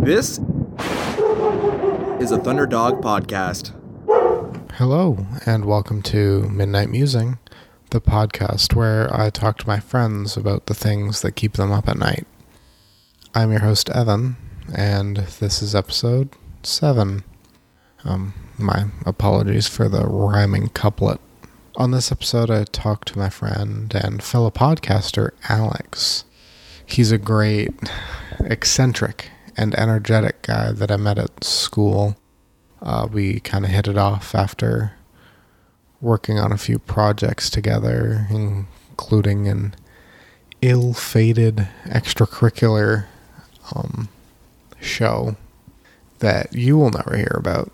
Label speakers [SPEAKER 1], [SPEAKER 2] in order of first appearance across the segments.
[SPEAKER 1] This is a Thunderdog podcast.
[SPEAKER 2] Hello, and welcome to Midnight Musing, the podcast where I talk to my friends about the things that keep them up at night. I'm your host, Evan, and this is episode 7. Um, my apologies for the rhyming couplet. On this episode, I talked to my friend and fellow podcaster, Alex. He's a great, eccentric, and energetic guy that I met at school. Uh, we kind of hit it off after working on a few projects together, including an ill fated extracurricular um, show that you will never hear about.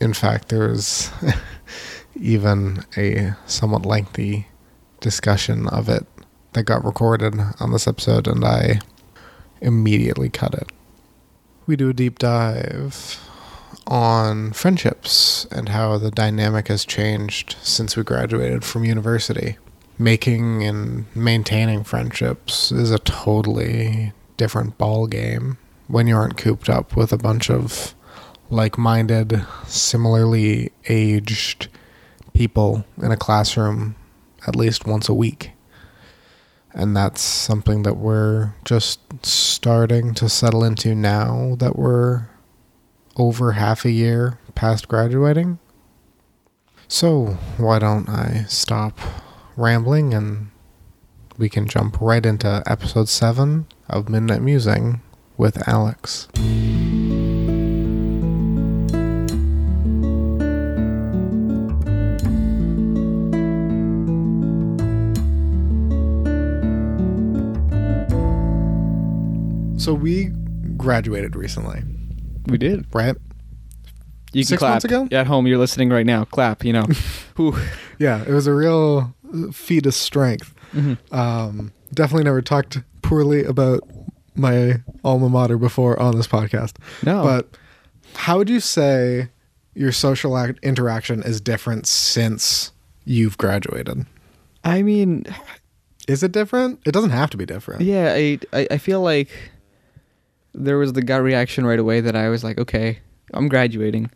[SPEAKER 2] In fact, there was even a somewhat lengthy discussion of it that got recorded on this episode, and I immediately cut it. We do a deep dive on friendships and how the dynamic has changed since we graduated from university. Making and maintaining friendships is a totally different ball game when you aren't cooped up with a bunch of like-minded, similarly aged people in a classroom at least once a week and that's something that we're just starting to settle into now that we're over half a year past graduating. So, why don't I stop rambling and we can jump right into episode 7 of Midnight Musing with Alex. So we graduated recently,
[SPEAKER 3] We did.
[SPEAKER 2] right?
[SPEAKER 3] You
[SPEAKER 2] Six
[SPEAKER 3] clap.
[SPEAKER 2] months ago?
[SPEAKER 3] At home, you're listening right now. Clap, you know. Ooh.
[SPEAKER 2] Yeah, it was a real feat of strength.
[SPEAKER 3] Mm-hmm.
[SPEAKER 2] Um, definitely never talked poorly about my alma mater before on this podcast.
[SPEAKER 3] No.
[SPEAKER 2] But how would you say your social act- interaction is different since you've graduated?
[SPEAKER 3] I mean,
[SPEAKER 2] Is it different? It doesn't have to be different.
[SPEAKER 3] yeah, I, I, I feel like there was the gut reaction right away that I was like, okay, I'm graduating.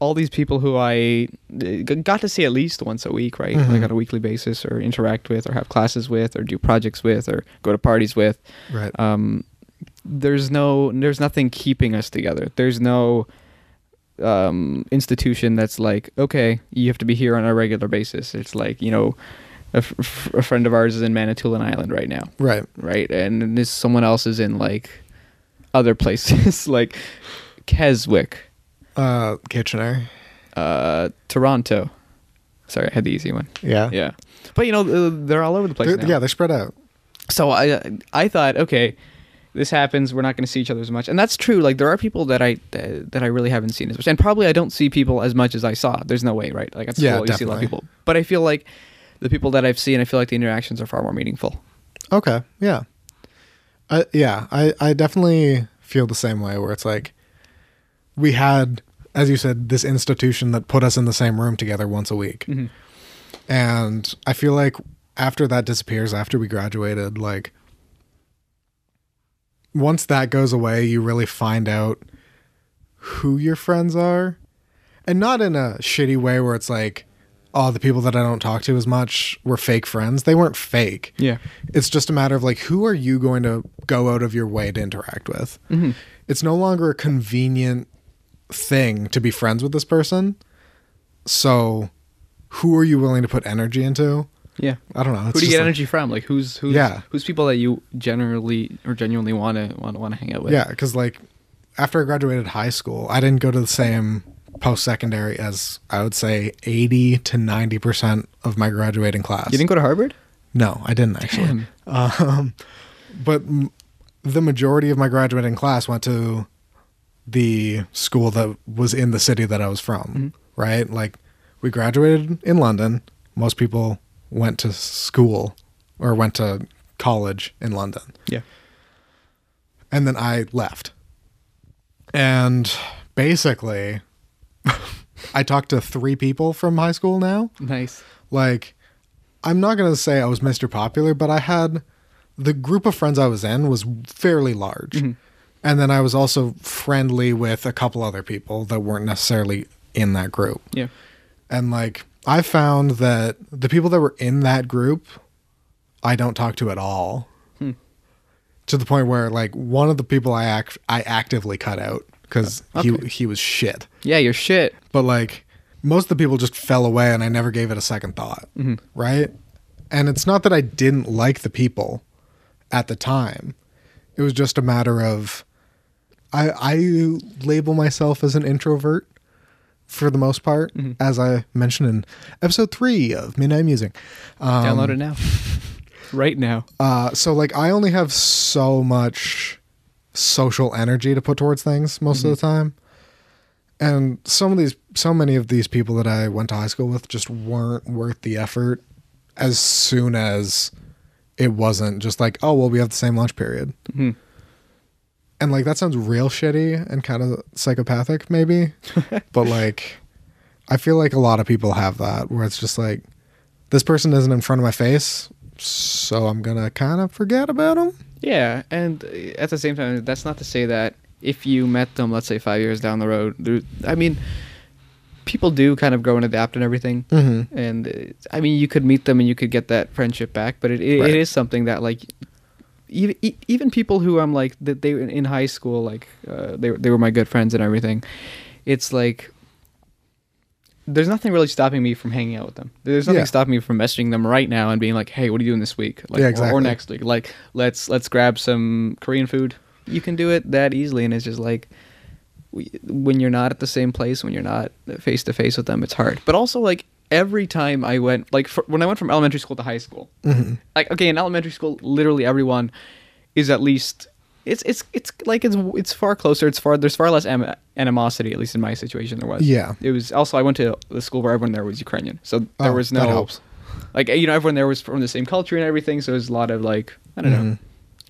[SPEAKER 3] All these people who I uh, got to see at least once a week, right? Like on a weekly basis, or interact with, or have classes with, or do projects with, or go to parties with.
[SPEAKER 2] Right.
[SPEAKER 3] um, there's no there's nothing keeping us together there's no um, institution that's like okay you have to be here on a regular basis it's like you know a, f- f- a friend of ours is in manitoulin island right now
[SPEAKER 2] right.
[SPEAKER 3] right and this someone else is in like other places like keswick
[SPEAKER 2] Uh, Kitchener.
[SPEAKER 3] uh, toronto sorry i had the easy one
[SPEAKER 2] Yeah.
[SPEAKER 3] yeah but you know th- they're all over the place
[SPEAKER 2] They're,
[SPEAKER 3] now.
[SPEAKER 2] yeah, they're spread out.
[SPEAKER 3] so I I thought okay, this happens. We're not going to see each other as much, and that's true. Like there are people that I that I really haven't seen as much, and probably I don't see people as much as I saw. There's no way, right? Like at school,
[SPEAKER 2] Yeah,
[SPEAKER 3] you see a lot of
[SPEAKER 2] definitely.
[SPEAKER 3] people, but I feel like the people that I've seen, I feel like the interactions are far more meaningful.
[SPEAKER 2] Okay. Yeah. I yeah, I, I definitely feel the same way where it's like we had, as you said, this institution that put us in the same room together once a week. And I feel like after that disappears, after we graduated, like once that goes away, you really find out who your friends are. And not in a shitty way where it's like, oh, the people that I don't talk to as much were fake friends. They weren't fake
[SPEAKER 3] Yeah,
[SPEAKER 2] it's just a matter of like who are you going to go out of your way to interact with
[SPEAKER 3] Mm-hmm.
[SPEAKER 2] it's no longer a convenient thing to be friends with this person so who are you willing to put energy into
[SPEAKER 3] yeah.
[SPEAKER 2] i don't know
[SPEAKER 3] Who do you get energy from? Like who's who's
[SPEAKER 2] Yeah.
[SPEAKER 3] who's people that you generally or genuinely want to want to want to hang out with?
[SPEAKER 2] yeah because like after i graduated high school i didn't go to the same post-secondary as i would say 80 to 90 percent of my graduating class
[SPEAKER 3] You didn't go to Harvard?
[SPEAKER 2] No, I didn't actually. Um, but m- the majority of my graduating class went to the school that was in the city that I was from, right? Like, we graduated in London. Most people went to school or went to college in London.
[SPEAKER 3] Yeah.
[SPEAKER 2] And then I left. And basically, I talked to three people from high school now
[SPEAKER 3] Nice.
[SPEAKER 2] like i'm not going to say i was mr popular but i had the group of friends i was in was fairly large And then I was also friendly with a couple other people that weren't necessarily in that group.
[SPEAKER 3] Yeah.
[SPEAKER 2] And like I found that the people that were in that group, I don't talk to at all. To the point where like one of the people I act I actively cut out because he he was shit.
[SPEAKER 3] Yeah, you're shit.
[SPEAKER 2] But like most of the people just fell away and I never gave it a second thought. Right? And it's not that I didn't like the people at the time. It was just a matter of I I label myself as an introvert for the most part, as I mentioned in episode three of Midnight Music. Um,
[SPEAKER 3] Download it now. right now.
[SPEAKER 2] Uh, so like I only have so much social energy to put towards things most of the time. And some of these so many of these people that I went to high school with just weren't worth the effort as soon as it wasn't just like, oh well we have the same lunch period. And like that sounds real shitty and kind of psychopathic maybe. but like I feel like a lot of people have that where it's just like this person isn't in front of my face, so I'm gonna kind of forget about them.
[SPEAKER 3] Yeah, and uh, at the same time, that's not to say that if you met them, let's say five years down the road, there, I mean, people do kind of grow and adapt and everything.
[SPEAKER 2] Mm-hmm.
[SPEAKER 3] And uh, I mean, you could meet them and you could get that friendship back, but it, it,
[SPEAKER 2] Right.
[SPEAKER 3] it is something that like. Even, even people who I'm like that they were in- in high school like uh, they were- they were my good friends and everything, it's like there's nothing really stopping me from hanging out with them. There's nothing
[SPEAKER 2] Yeah.
[SPEAKER 3] stopping me from messaging them right now and being like, "Hey, what are you doing this week?" Like,
[SPEAKER 2] Yeah,
[SPEAKER 3] or- Or,
[SPEAKER 2] exactly.
[SPEAKER 3] next week, like let's let's grab some Korean food. You can do it that easily, and it's just like we- when you're not at the same place, when you're not face to face with them, it's hard. But also like every time I went, like for, when I went from elementary school to high school,
[SPEAKER 2] Mm-hmm.
[SPEAKER 3] like okay, in elementary school, literally everyone is at least. It's it's it's like it's it's far closer. It's far there's far less am- animosity, at least in my situation, there was
[SPEAKER 2] Yeah.
[SPEAKER 3] it was also I went to the school where everyone there was Ukrainian, so there
[SPEAKER 2] Oh,
[SPEAKER 3] was no
[SPEAKER 2] that helps.
[SPEAKER 3] like you know everyone there was from the same culture and everything. So it was a lot of like I don't
[SPEAKER 2] Mm-hmm.
[SPEAKER 3] know,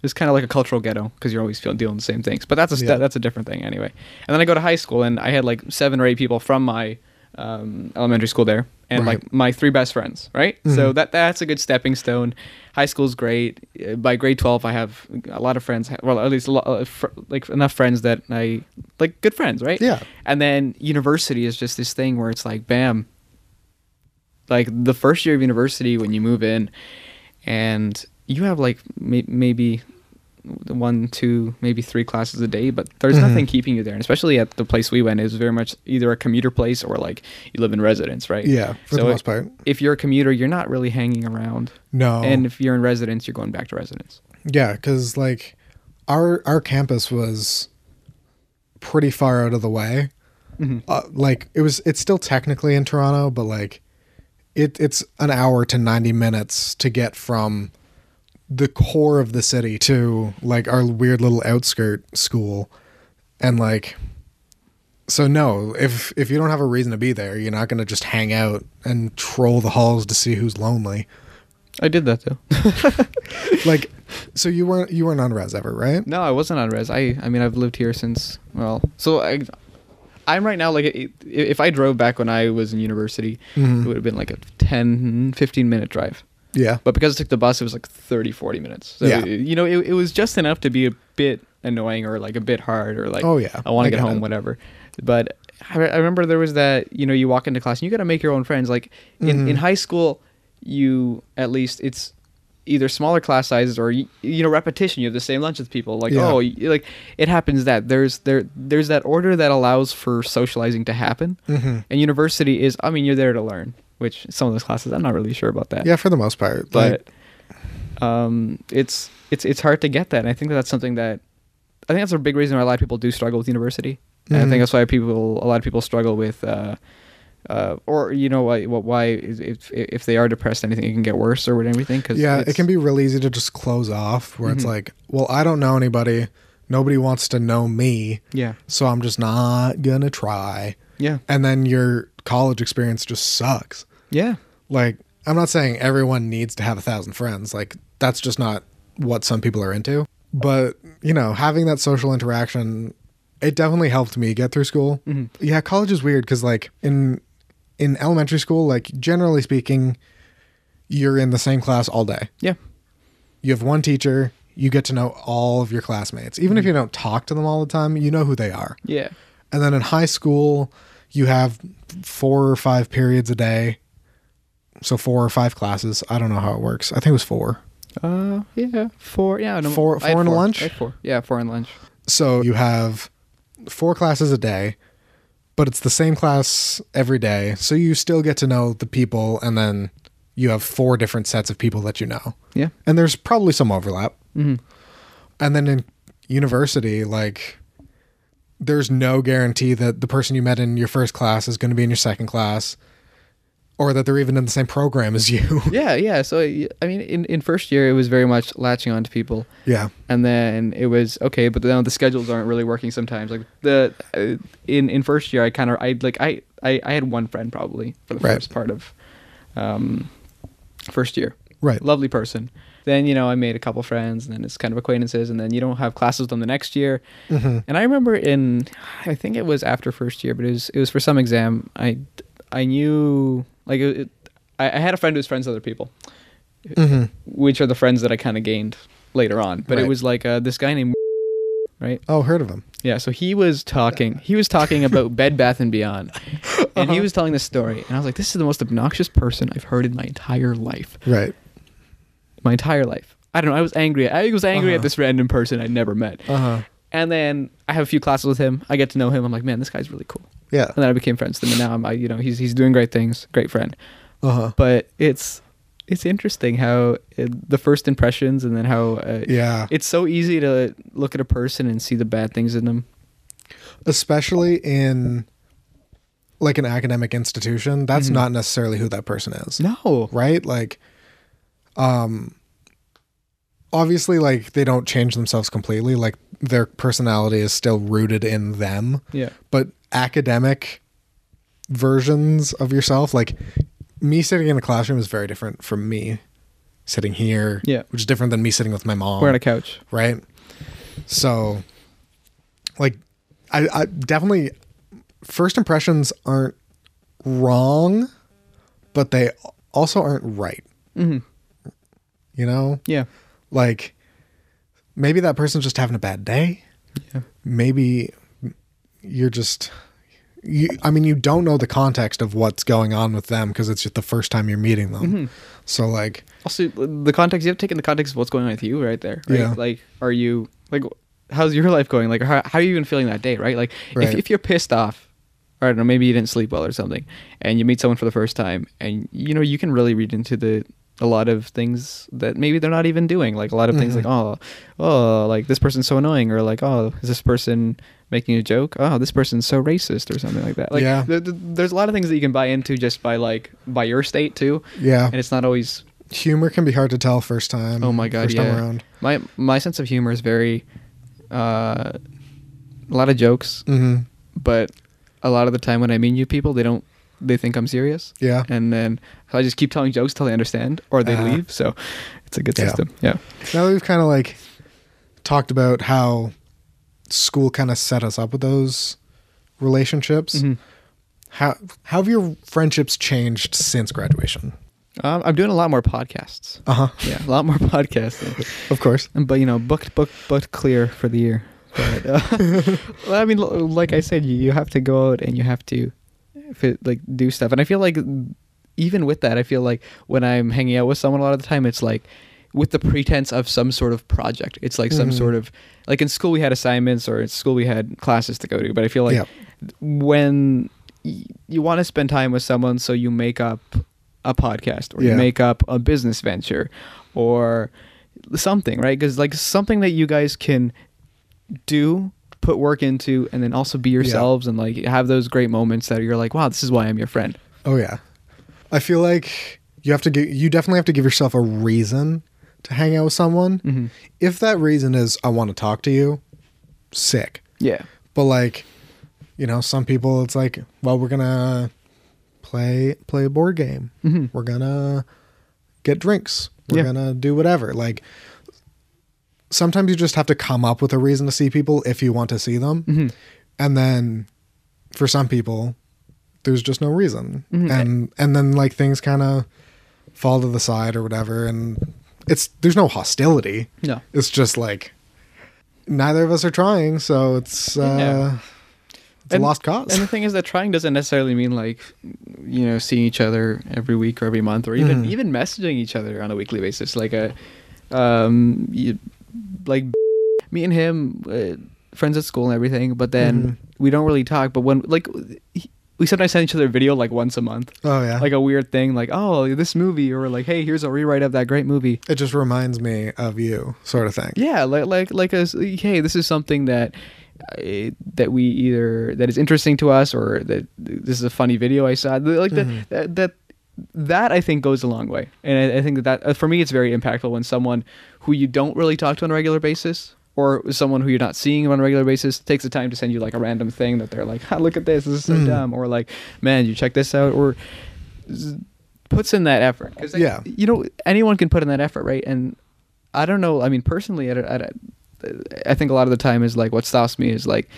[SPEAKER 3] it's kind of like a cultural ghetto because you're always feeling dealing the same things. But that's a st-
[SPEAKER 2] Yeah.
[SPEAKER 3] that's a different thing anyway. And then I go to high school and I had like seven or eight people from my um, elementary school there, and
[SPEAKER 2] Right. Mm-hmm.
[SPEAKER 3] like my three best friends. Right, so that that's a good stepping stone. High school's great. Uh, By grade twelve, I have a lot of friends. Well, at least a lot, of fr- like enough friends that I like good friends. Right.
[SPEAKER 2] Yeah.
[SPEAKER 3] And then university is just this thing where it's like, bam, like the first year of university when you move in and you have like may- maybe one, two, maybe three classes a day, but there's
[SPEAKER 2] Mm-hmm.
[SPEAKER 3] nothing keeping you there. And especially at the place we went, it was very much either a commuter place or like you live in residence, right?
[SPEAKER 2] Yeah, for the
[SPEAKER 3] So
[SPEAKER 2] most part. Oh.
[SPEAKER 3] If you're a commuter, you're not really hanging around.
[SPEAKER 2] No.
[SPEAKER 3] And if you're in residence, you're going back to residence.
[SPEAKER 2] Yeah, because like our our campus was pretty far out of the way. Uh, like it was, it's still technically in Toronto, but like it it's an hour to ninety minutes to get from the core of the city to like our weird little outskirt school, and like so no, if if you don't have a reason to be there, you're not gonna just hang out and troll the halls to see who's lonely.
[SPEAKER 3] I did that though.
[SPEAKER 2] like, so you weren't you weren't on res ever, right?
[SPEAKER 3] No, I wasn't on res. I I mean I've lived here since well, so I I'm right now like i- if I drove back when I was in university, it would have been like a 10 15 minute drive.
[SPEAKER 2] Yeah.
[SPEAKER 3] But because I took the bus it was like 30 40 minutes. So
[SPEAKER 2] Yeah.
[SPEAKER 3] you know it, it was just enough to be a bit annoying or like a bit hard or like
[SPEAKER 2] Oh, yeah.
[SPEAKER 3] I
[SPEAKER 2] I
[SPEAKER 3] want to get
[SPEAKER 2] get
[SPEAKER 3] home
[SPEAKER 2] it.
[SPEAKER 3] whatever. But I, re- I remember there was that you know you walk into class and you got to make your own friends like in
[SPEAKER 2] Mm-hmm.
[SPEAKER 3] in high school you at least it's either smaller class sizes or you, you know repetition you have the same lunch with people like
[SPEAKER 2] Yeah.
[SPEAKER 3] oh y- like it happens that there's there there's that order that allows for socializing to happen
[SPEAKER 2] Mm-hmm.
[SPEAKER 3] and university is i mean you're there to learn which some of those classes i'm not really sure about that
[SPEAKER 2] Yeah, for the most part.
[SPEAKER 3] but
[SPEAKER 2] like,
[SPEAKER 3] um, it's it's it's hard to get that. And I think that that's something that I think that's a big reason why a lot of people do struggle with university. And I
[SPEAKER 2] Mm-hmm.
[SPEAKER 3] think that's why people a lot of people struggle with. Uh, uh, or you know why? What? Why? is- If if they are depressed, anything it can get worse or anything. Cause
[SPEAKER 2] yeah,
[SPEAKER 3] it's- Mm-hmm.
[SPEAKER 2] it can be real easy to just close off where it's like, well, I don't know anybody. Nobody wants to know me.
[SPEAKER 3] Yeah,
[SPEAKER 2] So I'm just not going to try.
[SPEAKER 3] yeah,
[SPEAKER 2] And then your college experience just sucks.
[SPEAKER 3] yeah,
[SPEAKER 2] Like, I'm not saying everyone needs to have a thousand friends. Like, that's just not what some people are into. But, you know, having that social interaction, it definitely helped me get through school. Yeah, college is weird because, like, in in elementary school, like, generally speaking, you're in the same class all day.
[SPEAKER 3] yeah,
[SPEAKER 2] You have one teacher. you get to know all of your classmates. Even if you don't talk to them all the time, you know who they are.
[SPEAKER 3] Yeah.
[SPEAKER 2] And then in high school, you have four or five periods a day. So four or five classes. I don't know how it works. I think it was four.
[SPEAKER 3] Uh, yeah. Four. Yeah. No,
[SPEAKER 2] Four-
[SPEAKER 3] I had
[SPEAKER 2] four and
[SPEAKER 3] four.
[SPEAKER 2] lunch?
[SPEAKER 3] I had four. Yeah, four and lunch.
[SPEAKER 2] So you have four classes a day, but it's the same class every day. So you still get to know the people, and then you have four different sets of people that you know.
[SPEAKER 3] Yeah.
[SPEAKER 2] And there's probably some overlap.
[SPEAKER 3] Mhm.
[SPEAKER 2] And then in university, like, there's no guarantee that the person you met in your first class is going to be in your second class or that they're even in the same program as you.
[SPEAKER 3] Yeah, yeah. So I I mean, in, in first year, it was very much latching on to people.
[SPEAKER 2] yeah.
[SPEAKER 3] and then it was okay but then the schedules aren't really working sometimes like the uh, in in first year i kind of i like I, I i had one friend probably for the
[SPEAKER 2] Right.
[SPEAKER 3] first part of um first year
[SPEAKER 2] Right.
[SPEAKER 3] lovely person then you know i made a couple friends and then it's kind of acquaintances and then you don't have classes with them the next year
[SPEAKER 2] Mm-hmm.
[SPEAKER 3] and i remember in i think it was after first year but it was it was for some exam i i knew like it, it, I, I had a friend who was friends with other people
[SPEAKER 2] Mm-hmm.
[SPEAKER 3] which are the friends that I kind of gained later on. But
[SPEAKER 2] Right.
[SPEAKER 3] it was like uh, this guy named right?
[SPEAKER 2] Oh, heard of them.
[SPEAKER 3] Yeah, so he was talking. He was talking about Bed Bath and Beyond. And
[SPEAKER 2] Uh-huh.
[SPEAKER 3] he was telling this story, and I was like, this is the most obnoxious person I've heard in my entire life.
[SPEAKER 2] Right.
[SPEAKER 3] My entire life. I don't know, I was angry. I was angry
[SPEAKER 2] Uh-huh.
[SPEAKER 3] at this random person I'd never met.
[SPEAKER 2] Uh huh.
[SPEAKER 3] And then I have a few classes with him. I get to know him. I'm like, man, this guy's really cool.
[SPEAKER 2] Yeah.
[SPEAKER 3] And then I became friends with him, and now I'm, I, you know, he's he's doing great things, great friend.
[SPEAKER 2] Uh huh.
[SPEAKER 3] But it's it's interesting how uh the first impressions, and then how uh,
[SPEAKER 2] Yeah.
[SPEAKER 3] it's so easy to look at a person and see the bad things in them.
[SPEAKER 2] especially in like an academic institution, that's
[SPEAKER 3] Mhm.
[SPEAKER 2] not necessarily who that person is.
[SPEAKER 3] No.
[SPEAKER 2] Right? Like um obviously like they don't change themselves completely, like their personality is still rooted in them,
[SPEAKER 3] Yeah.
[SPEAKER 2] but academic versions of yourself like me sitting in a classroom is very different from me sitting here,
[SPEAKER 3] Yeah.
[SPEAKER 2] which is different than me sitting with my mom
[SPEAKER 3] We're on a couch.
[SPEAKER 2] right? So, like, I, I definitely first impressions aren't wrong, but they also aren't right.
[SPEAKER 3] Mhm.
[SPEAKER 2] You know,
[SPEAKER 3] Yeah.
[SPEAKER 2] like maybe that person's just having a bad day.
[SPEAKER 3] Yeah.
[SPEAKER 2] Maybe you're just. You, I mean, you don't know the context of what's going on with them because it's just the first time you're meeting them.
[SPEAKER 3] Mm-hmm.
[SPEAKER 2] So, like,
[SPEAKER 3] Also, the context you have to take in the context of what's going on with you right there. Right?
[SPEAKER 2] Yeah.
[SPEAKER 3] Like, are you like, how's your life going? Like, how, how are you even feeling that day? Right. Like,
[SPEAKER 2] Right.
[SPEAKER 3] If, if you're pissed off, or I don't know, maybe you didn't sleep well or something, and you meet someone for the first time, and you know you can really read into the a lot of things that maybe they're not even doing. Like a lot of things like oh,
[SPEAKER 2] Mm-hmm.
[SPEAKER 3] oh, like this person's so annoying, or like oh, is this person making a joke? Oh, this person's so racist, or something like that. Like,
[SPEAKER 2] Yeah.
[SPEAKER 3] th- th- there's a lot of things that you can buy into just by like by your state too,
[SPEAKER 2] yeah,
[SPEAKER 3] and it's not always
[SPEAKER 2] humor can be hard to tell first time.
[SPEAKER 3] Oh my god!
[SPEAKER 2] first
[SPEAKER 3] yeah.
[SPEAKER 2] time around.
[SPEAKER 3] My my sense of humor is very, uh, a lot of jokes,
[SPEAKER 2] Mm-hmm.
[SPEAKER 3] but a lot of the time when I meet new people, they don't they think I'm serious,
[SPEAKER 2] Yeah.
[SPEAKER 3] and then so I just keep telling jokes till they understand or they
[SPEAKER 2] Ah.
[SPEAKER 3] leave. So it's a good
[SPEAKER 2] Yeah.
[SPEAKER 3] system. Yeah.
[SPEAKER 2] now that we've kind of like talked about how school kind of set us up with those relationships
[SPEAKER 3] Mhm.
[SPEAKER 2] how how have your friendships changed since graduation
[SPEAKER 3] Um, I'm doing a lot more podcasts.
[SPEAKER 2] uh-huh
[SPEAKER 3] Yeah, a lot more podcasts.
[SPEAKER 2] of course
[SPEAKER 3] Um, but you know, booked, booked, booked clear for the year. But, uh, well, I mean, l- like I said, you, you have to go out and you have to, fi- like, do stuff. And I feel like, even with that, I feel like when I'm hanging out with someone a lot of the time, it's like with the pretense of some sort of project. It's like some
[SPEAKER 2] Mhm.
[SPEAKER 3] sort of like in school we had assignments or in school we had classes to go to. But I feel like
[SPEAKER 2] Yeah.
[SPEAKER 3] when y- you want to spend time with someone, so you make up a podcast or
[SPEAKER 2] Yeah.
[SPEAKER 3] you make up a business venture or something, right? Because like something that you guys can do, put work into, and then also be yourselves and like have those great moments that you're like, wow, this is why I'm your friend.
[SPEAKER 2] oh yeah i feel like you have to give you definitely have to give yourself a reason to hang out with someone
[SPEAKER 3] Mhm.
[SPEAKER 2] if that reason is i want to talk to you sick
[SPEAKER 3] Yeah.
[SPEAKER 2] but like you know some people it's like well we're gonna play play a board game
[SPEAKER 3] Mhm.
[SPEAKER 2] we're gonna get drinks we're
[SPEAKER 3] Yeah.
[SPEAKER 2] gonna do whatever like sometimes you just have to come up with a reason to see people if you want to see them
[SPEAKER 3] Mhm.
[SPEAKER 2] and then for some people there's just no reason
[SPEAKER 3] Mhm.
[SPEAKER 2] and and then like things kind of fall to the side or whatever and it's there's no hostility.
[SPEAKER 3] No.
[SPEAKER 2] It's just like neither of us are trying, so it's uh,
[SPEAKER 3] Yeah.
[SPEAKER 2] it's a lost cause.
[SPEAKER 3] And the thing is that trying doesn't necessarily mean like, you know, seeing each other every week or every month or even even messaging each other on a weekly basis. Like a, um, you, like me and him, uh, friends at school and everything. But then
[SPEAKER 2] Mhm.
[SPEAKER 3] we don't really talk. But when like he- we sometimes send each other a video like once a month,
[SPEAKER 2] oh yeah.
[SPEAKER 3] like a weird thing, like oh this movie or like hey here's a rewrite of that great movie.
[SPEAKER 2] it just reminds me of you, sort of thing.
[SPEAKER 3] Yeah, like like like a s- hey, this is something that uh, that we either that is interesting to us or that this is a funny video I saw. Th- Like
[SPEAKER 2] Mhm.
[SPEAKER 3] that, that that that I think goes a long way, and I, I think that that uh, for me it's very impactful when someone who you don't really talk to on a regular basis or someone who you're not seeing on a regular basis takes the time to send you like a random thing that they're like, ha, look at this, this is so dumb, or like, man, you check this out, or z- puts in that effort. 'Cause, like,
[SPEAKER 2] Yeah.
[SPEAKER 3] you know, anyone can put in that effort, right? And I don't know. I mean, personally, I, don't- I, don't- I think a lot of the time is like what stops me is like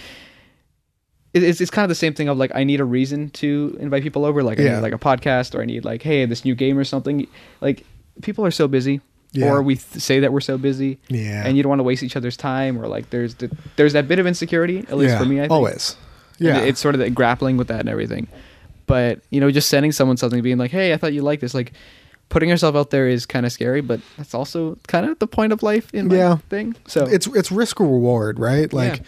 [SPEAKER 3] it- it's it's kind of the same thing of like I need a reason to invite people over. Like I
[SPEAKER 2] Yeah.
[SPEAKER 3] need like a podcast or I need like hey this new game or something. Like people are so busy.
[SPEAKER 2] Yeah.
[SPEAKER 3] Or we th- say that we're so busy,
[SPEAKER 2] Yeah.
[SPEAKER 3] and you don't want to waste each other's time, or like there's the, there's that bit of insecurity, at least
[SPEAKER 2] yeah.
[SPEAKER 3] for me. I think.
[SPEAKER 2] always.
[SPEAKER 3] And
[SPEAKER 2] Yeah.
[SPEAKER 3] it's sort of that grappling with that and everything. But, you know, just sending someone something, being like, hey, I thought you liked this. Like, putting yourself out there is kind of scary, but that's also kind of the point of life in my
[SPEAKER 2] Yeah.
[SPEAKER 3] thing. So,
[SPEAKER 2] it's it's risk or reward, right? Like,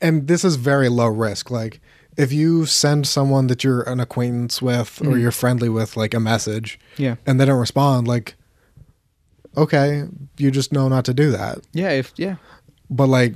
[SPEAKER 2] and this is very low risk. Like, if you send someone that you're an acquaintance with or you're friendly with, like a message,
[SPEAKER 3] Mm-hmm. yeah.
[SPEAKER 2] and they don't respond, like, okay, you just know not to do that.
[SPEAKER 3] Yeah. If, yeah.
[SPEAKER 2] But like,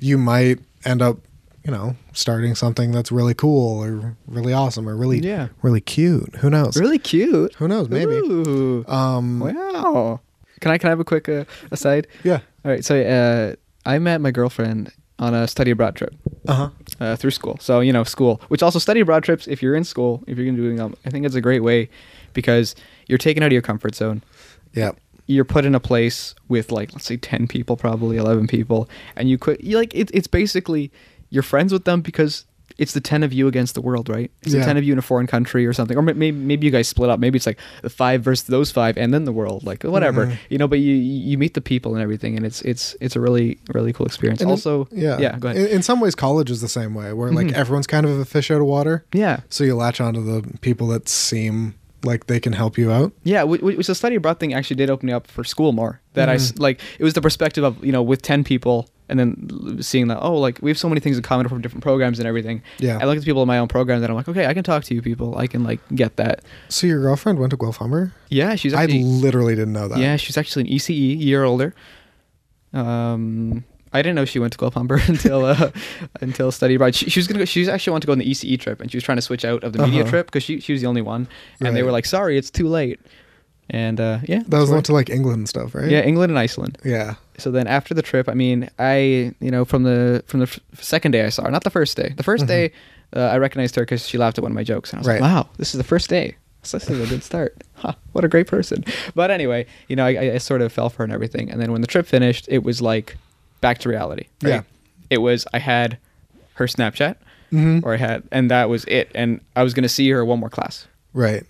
[SPEAKER 2] you might end up, you know, starting something that's really cool or really awesome or really,
[SPEAKER 3] Yeah.
[SPEAKER 2] really cute. Who knows?
[SPEAKER 3] Really cute.
[SPEAKER 2] Who knows? Maybe.
[SPEAKER 3] Ooh.
[SPEAKER 2] Um.
[SPEAKER 3] wow. Can I, can I have a quick uh, aside?
[SPEAKER 2] Yeah.
[SPEAKER 3] All right. So, uh, I met my girlfriend on a study abroad trip.
[SPEAKER 2] Uh huh.
[SPEAKER 3] uh, through school. So you know, school, which also study abroad trips. If you're in school, if you're gonna doing them, I think it's a great way because you're taken out of your comfort zone.
[SPEAKER 2] Yeah.
[SPEAKER 3] You're put in a place with like let's say ten people, probably eleven people, and you quit. You like it, it's basically you're friends with them because it's the ten of you against the world, right? It's
[SPEAKER 2] Yeah.
[SPEAKER 3] the ten of you in a foreign country or something, or maybe maybe you guys split up. Maybe it's like the five versus those five, and then the world, like whatever
[SPEAKER 2] Mm-hmm.
[SPEAKER 3] you know. But you you meet the people and everything, and it's it's it's a really really cool experience.
[SPEAKER 2] And in-
[SPEAKER 3] also,
[SPEAKER 2] yeah,
[SPEAKER 3] yeah, go ahead. Mm-hmm.
[SPEAKER 2] In, in some ways, college is the same way, where like everyone's kind of a fish out of water.
[SPEAKER 3] yeah,
[SPEAKER 2] So you latch onto the people that seem like they can help you out.
[SPEAKER 3] Yeah, which, which the study abroad thing actually did open me up for school more. That I
[SPEAKER 2] Mm-hmm.
[SPEAKER 3] s I like it was the perspective of you know with ten people and then l- seeing that oh like we have so many things in common from different programs and everything.
[SPEAKER 2] Yeah.
[SPEAKER 3] I look at the people in my own program that I'm like okay I can talk to you people I can like get that.
[SPEAKER 2] So your girlfriend went to Guelph-Humber?
[SPEAKER 3] Yeah, she's
[SPEAKER 2] I
[SPEAKER 3] actually
[SPEAKER 2] literally didn't know that.
[SPEAKER 3] yeah she's actually an ECE year older. Um, I didn't know she went to Guelph Humber until uh, until study abroad. She, she was gonna go, she was actually wanted to go on the ECE trip and she was trying to switch out of the media
[SPEAKER 2] Uh-huh.
[SPEAKER 3] trip because she she was the only one and they
[SPEAKER 2] Right.
[SPEAKER 3] were like sorry it's too late. And uh,
[SPEAKER 2] that
[SPEAKER 3] yeah,
[SPEAKER 2] was
[SPEAKER 3] that's where-
[SPEAKER 2] went to like England and stuff, right?
[SPEAKER 3] yeah, England and Iceland.
[SPEAKER 2] Yeah.
[SPEAKER 3] So then after the trip, I mean, I you know from the from the f- second day I saw her, not the first day. The 1st day, uh, I recognized her because she laughed at one of my jokes, and I was
[SPEAKER 2] Mm-hmm. Right.
[SPEAKER 3] like, "Wow, this is the first day. So this is a good start. Huh, what a great person." But anyway, you know, I, I- I sort of fell for her and everything. And then when the trip finished, it was like back to reality. right?
[SPEAKER 2] Yeah.
[SPEAKER 3] it was. I had her Snapchat,
[SPEAKER 2] Mhm.
[SPEAKER 3] or I had, and that was it. And I was gonna see her one more class
[SPEAKER 2] Right.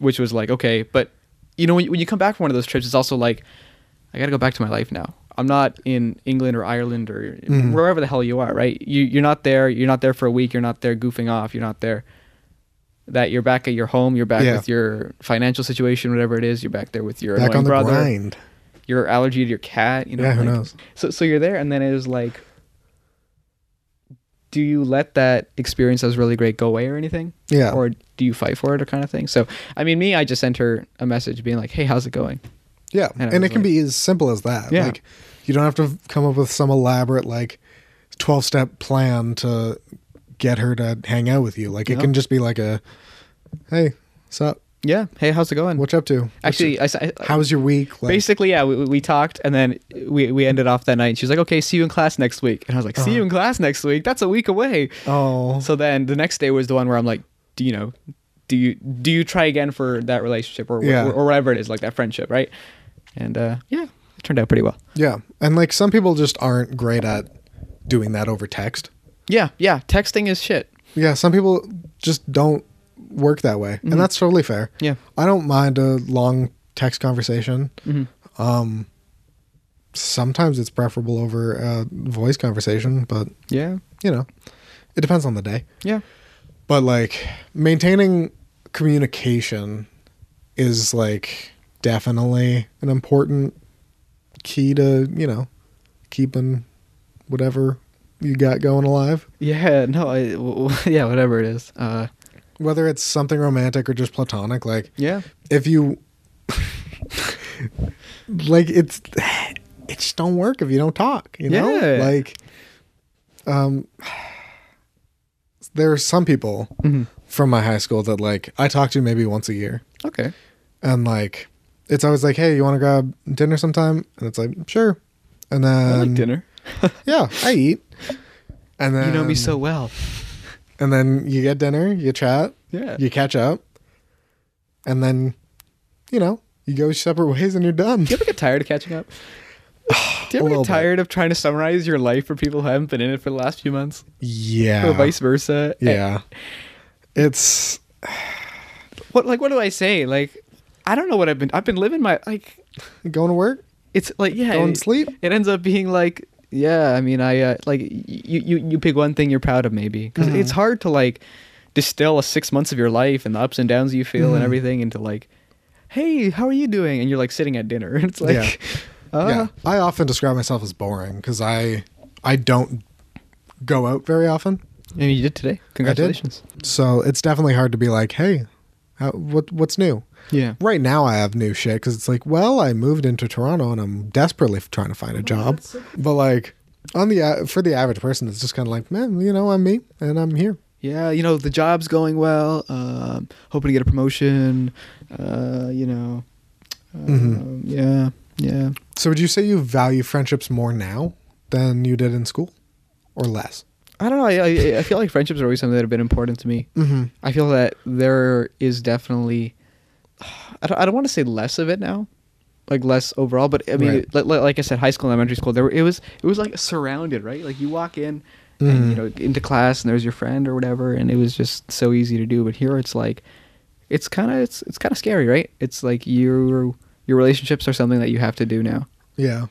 [SPEAKER 3] which was like okay but you know when you, when you come back from one of those trips it's also like i gotta go back to my life now i'm not in england or ireland or
[SPEAKER 2] Mm-hmm.
[SPEAKER 3] wherever the hell you are right you, you're not there you're not there for a week you're not there goofing off you're not there that you're back at your home you're back
[SPEAKER 2] Yeah.
[SPEAKER 3] with your financial situation whatever it is you're back there with your
[SPEAKER 2] Back
[SPEAKER 3] annoying
[SPEAKER 2] on the
[SPEAKER 3] brother
[SPEAKER 2] grind.
[SPEAKER 3] your allergy to your cat you know
[SPEAKER 2] Yeah, who
[SPEAKER 3] like-
[SPEAKER 2] knows?
[SPEAKER 3] so so you're there and then it was like do you let that experience that was really great go away or anything
[SPEAKER 2] Yeah.
[SPEAKER 3] or do you fight for it or kind of thing so i mean me i just sent her a message being like hey how's it going
[SPEAKER 2] yeah.
[SPEAKER 3] and
[SPEAKER 2] And,
[SPEAKER 3] I
[SPEAKER 2] it
[SPEAKER 3] was
[SPEAKER 2] can
[SPEAKER 3] like-
[SPEAKER 2] be as simple as that.
[SPEAKER 3] Yeah.
[SPEAKER 2] Like you don't have to come up with some elaborate like 12-step plan to get her to hang out with you. Like it
[SPEAKER 3] No.
[SPEAKER 2] can just be like a hey, sup?
[SPEAKER 3] yeah hey how's it going
[SPEAKER 2] What you up to? What's
[SPEAKER 3] actually
[SPEAKER 2] your-
[SPEAKER 3] I, s- I-
[SPEAKER 2] how's your week? Like,
[SPEAKER 3] basically yeah we, we talked and then we, we ended off that night and she was like okay see you in class next week and i was like see you in class next week that's a week away
[SPEAKER 2] oh,
[SPEAKER 3] so then the next day was the one where i'm like do you know do you do you try again for that relationship or, wh-
[SPEAKER 2] Yeah.
[SPEAKER 3] or, whatever it is like that friendship right and uh yeah it turned out pretty well
[SPEAKER 2] yeah, and like some people just aren't great at doing that over text.
[SPEAKER 3] yeah yeah texting is shit
[SPEAKER 2] Yeah, some people just don't work that way, and that's totally fair.
[SPEAKER 3] Yeah.
[SPEAKER 2] I don't mind a long text conversation. Um, sometimes it's preferable over a voice conversation, but
[SPEAKER 3] Yeah.
[SPEAKER 2] you know, it depends on the day.
[SPEAKER 3] Yeah.
[SPEAKER 2] But like maintaining communication is like definitely an important key to, you know, keeping whatever you got going alive.
[SPEAKER 3] Yeah. No. I, w- w- yeah. Whatever it is. Uh,
[SPEAKER 2] Whether it's something romantic or just platonic, like
[SPEAKER 3] yeah.
[SPEAKER 2] if you like it's it just don't work if you don't talk you know
[SPEAKER 3] Yeah.
[SPEAKER 2] like um there are some people
[SPEAKER 3] Mhm.
[SPEAKER 2] from my high school that like i talk to maybe once a year
[SPEAKER 3] Okay.
[SPEAKER 2] and like it's always like hey you want to grab dinner sometime and it's like sure and then
[SPEAKER 3] I like dinner.
[SPEAKER 2] yeah i eat and then
[SPEAKER 3] you know me so well.
[SPEAKER 2] and then you get dinner you chat
[SPEAKER 3] Yeah.
[SPEAKER 2] you catch up, and then, you know, you go separate ways and you're done.
[SPEAKER 3] Do you ever get tired of catching up? Do
[SPEAKER 2] A
[SPEAKER 3] you ever
[SPEAKER 2] little
[SPEAKER 3] get
[SPEAKER 2] bit.
[SPEAKER 3] tired of trying to summarize your life for people who haven't been in it for the last few months, or
[SPEAKER 2] Yeah.
[SPEAKER 3] vice versa? Eh,
[SPEAKER 2] Uh-huh. yeah. It's
[SPEAKER 3] What like what do I say? Like, I don't know what I've been. I've been living my like.
[SPEAKER 2] going to work,
[SPEAKER 3] It's like yeah.
[SPEAKER 2] going
[SPEAKER 3] it-
[SPEAKER 2] to sleep.
[SPEAKER 3] it ends up being like yeah i mean i uh, like y- you, you you pick one thing you're proud of maybe because
[SPEAKER 2] Mm-hmm.
[SPEAKER 3] it's hard to like distill a six months of your life and the ups and downs you feel
[SPEAKER 2] Mm-hmm.
[SPEAKER 3] and everything into like hey how are you doing and you're like sitting at dinner and it's like
[SPEAKER 2] Yeah.
[SPEAKER 3] uh,
[SPEAKER 2] yeah. I often describe myself as boring because I I don't go out very often,
[SPEAKER 3] and you did today congratulations
[SPEAKER 2] so it's definitely hard to be like, hey, how, what what's new?
[SPEAKER 3] yeah
[SPEAKER 2] Right now, I have new shit because it's like, well, I moved into Toronto and I'm desperately f- trying to find a job. But like, on the a- for the average person, it's just kind of like, man, you know, I'm me and I'm here.
[SPEAKER 3] yeah you know the job's going well um hoping to get a promotion uh you know um, yeah yeah
[SPEAKER 2] So would you say you value friendships more now than you did in school, or less?
[SPEAKER 3] I don't know. I, I, I feel like friendships are always something that have been important to me.
[SPEAKER 2] Mhm.
[SPEAKER 3] I feel that there is definitely, I don't, I don't want to say less of it now, like less overall. But I mean,
[SPEAKER 2] Right.
[SPEAKER 3] like, like I said, high school, and elementary school, there were, it was it was like surrounded, right? Like you walk in, and you know, into class, and there's your friend or whatever, and it was just so easy to do. But here, it's like, it's kind of it's it's kind of scary, right? It's like your your relationships are something that you have to do now.
[SPEAKER 2] Yeah,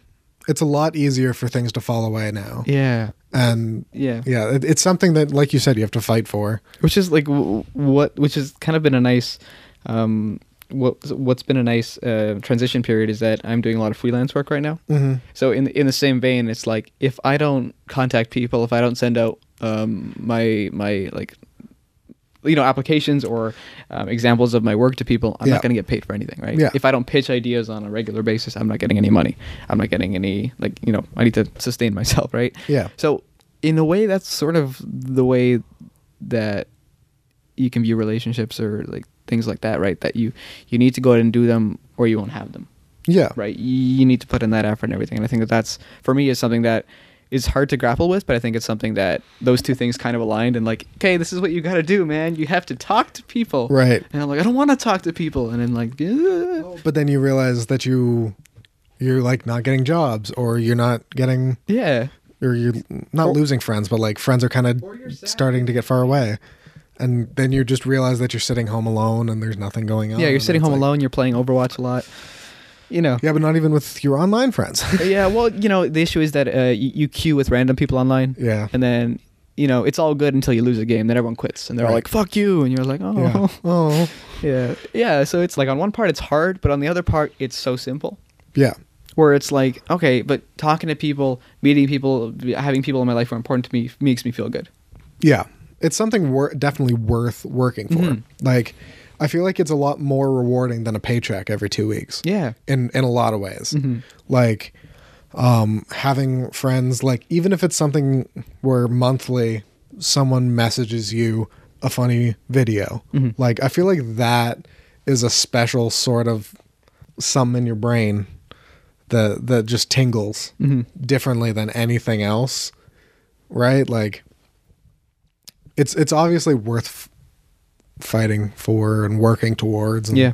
[SPEAKER 2] it's a lot easier for things to fall away now,
[SPEAKER 3] Yeah.
[SPEAKER 2] and
[SPEAKER 3] Yeah.
[SPEAKER 2] yeah, it, it's something that, like you said, you have to fight for.
[SPEAKER 3] which is like w- what which has kind of been a nice um what what's been a nice uh, transition period is that I'm doing a lot of freelance work right now.
[SPEAKER 2] Mhm.
[SPEAKER 3] So in in the same vein, it's like if I don't contact people, if I don't send out um my my like you know applications or um, examples of my work to people, I'm
[SPEAKER 2] Yeah.
[SPEAKER 3] not going to get paid for anything, right?
[SPEAKER 2] Yeah.
[SPEAKER 3] If I don't pitch ideas on a regular basis, I'm not getting any money. I'm not getting any like you know I need to sustain myself, right?
[SPEAKER 2] Yeah.
[SPEAKER 3] So, in a way, that's sort of the way that you can view relationships or like things like that, right? That you you need to go out and do them, or you won't have them,
[SPEAKER 2] Yeah,
[SPEAKER 3] right? You, you need to put in that effort and everything. And I think that that's for me is something that is hard to grapple with, but I think it's something that those two things kind of aligned and like, okay, this is what you got to do, man. You have to talk to people,
[SPEAKER 2] Right. Oh.
[SPEAKER 3] And I'm like, I don't want to talk to people, and I'm like, "Ugh."
[SPEAKER 2] But then you realize that you you're like not getting jobs, or you're not getting,
[SPEAKER 3] yeah,
[SPEAKER 2] or you're not losing friends, but like friends are kind
[SPEAKER 3] Or you're
[SPEAKER 2] of
[SPEAKER 3] sad.
[SPEAKER 2] starting to get far away. And then you just realize that you're sitting home alone and there's nothing going on.
[SPEAKER 3] yeah. You're
[SPEAKER 2] and
[SPEAKER 3] sitting
[SPEAKER 2] it's
[SPEAKER 3] home
[SPEAKER 2] Oh, like-
[SPEAKER 3] alone. You're playing Overwatch a lot. You know,
[SPEAKER 2] Yeah, but not even with your online friends.
[SPEAKER 3] yeah, well, you know, the issue is that uh, you, you queue with random people online,
[SPEAKER 2] yeah.
[SPEAKER 3] and then you know it's all good until you lose a game. Then everyone quits, and they're all
[SPEAKER 2] Right.
[SPEAKER 3] like, "Fuck you!" and you're like,
[SPEAKER 2] Yeah.
[SPEAKER 3] "Oh,
[SPEAKER 2] Oh.
[SPEAKER 3] yeah. yeah, So it's like on one part it's hard, but on the other part it's so simple.
[SPEAKER 2] Yeah.
[SPEAKER 3] Where it's like, okay, but talking to people, meeting people, having people in my life who are important to me makes me feel good.
[SPEAKER 2] Yeah. It's something wor- definitely worth working for.
[SPEAKER 3] Mhm.
[SPEAKER 2] Like, I feel like it's a lot more rewarding than a paycheck every two weeks.
[SPEAKER 3] Yeah.
[SPEAKER 2] In in a lot of ways. Like, um, having friends, like, even if it's something where monthly someone messages you a funny video, like, I feel like that is a special sort of something in your brain that that just tingles differently than anything else, right? Like it's it's obviously worth f- fighting for and working towards. And,
[SPEAKER 3] Yeah.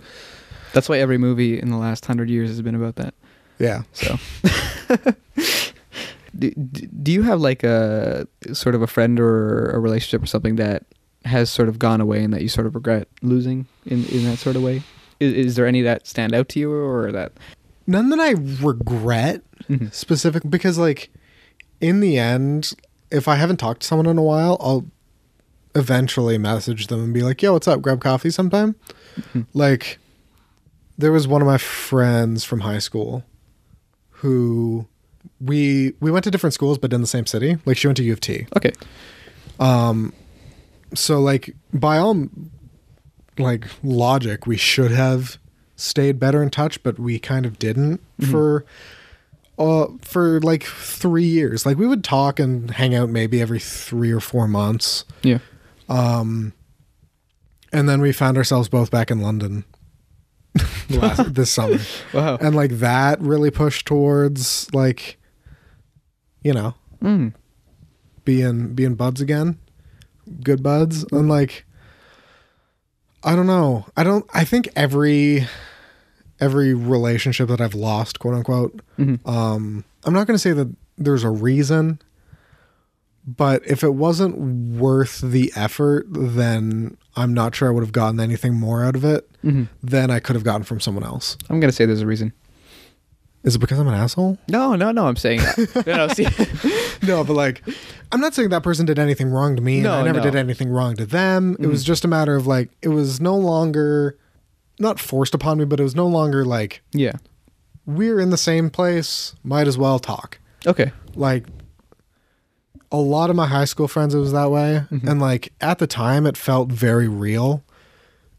[SPEAKER 3] That's why every movie in the last hundred years has been about that.
[SPEAKER 2] yeah.
[SPEAKER 3] So, do, do do you have like a sort of a friend or a relationship or something that has sort of gone away and that you sort of regret losing in, in that sort of way? Is, is there any that stand out to you or that
[SPEAKER 2] none that I regret
[SPEAKER 3] Mm-hmm.
[SPEAKER 2] specific because like in the end, if I haven't talked to someone in a while, I'll eventually message them and be like, "Yo, what's up? Grab coffee sometime." Like there was one of my friends from high school who we we went to different schools but in the same city. Like she went to U of T
[SPEAKER 3] Okay.
[SPEAKER 2] so like by all like logic we should have stayed better in touch but we kind of didn't for uh for like 3 years like we would talk and hang out maybe every 3 or 4 months
[SPEAKER 3] Yeah.
[SPEAKER 2] and then we found ourselves both back in London last, this summer
[SPEAKER 3] Wow.
[SPEAKER 2] and like that really pushed towards like you know
[SPEAKER 3] Mm.
[SPEAKER 2] being being buds again good buds and like i don't know i don't i think every every relationship that i've lost quote unquote um i'm not going to say that there's a reason but if it wasn't worth the effort then i'm not sure i would have gotten anything more out of it than i could have gotten from someone else
[SPEAKER 3] I'm gonna say there's a reason.
[SPEAKER 2] is it because i'm an asshole
[SPEAKER 3] No, no, no. I'm saying that. no, no, see,
[SPEAKER 2] no, but like, I'm not saying that person did anything wrong to me. and
[SPEAKER 3] No,
[SPEAKER 2] I never
[SPEAKER 3] no. Mm.
[SPEAKER 2] did anything wrong to them. It was just a matter of like, it was no longer not forced upon me, but it was no longer like
[SPEAKER 3] yeah.
[SPEAKER 2] we're in the same place. Might as well talk.
[SPEAKER 3] Okay.
[SPEAKER 2] Like, a lot of my high school friends, it was that way,
[SPEAKER 3] Mm-hmm.
[SPEAKER 2] and like at the time, it felt very real.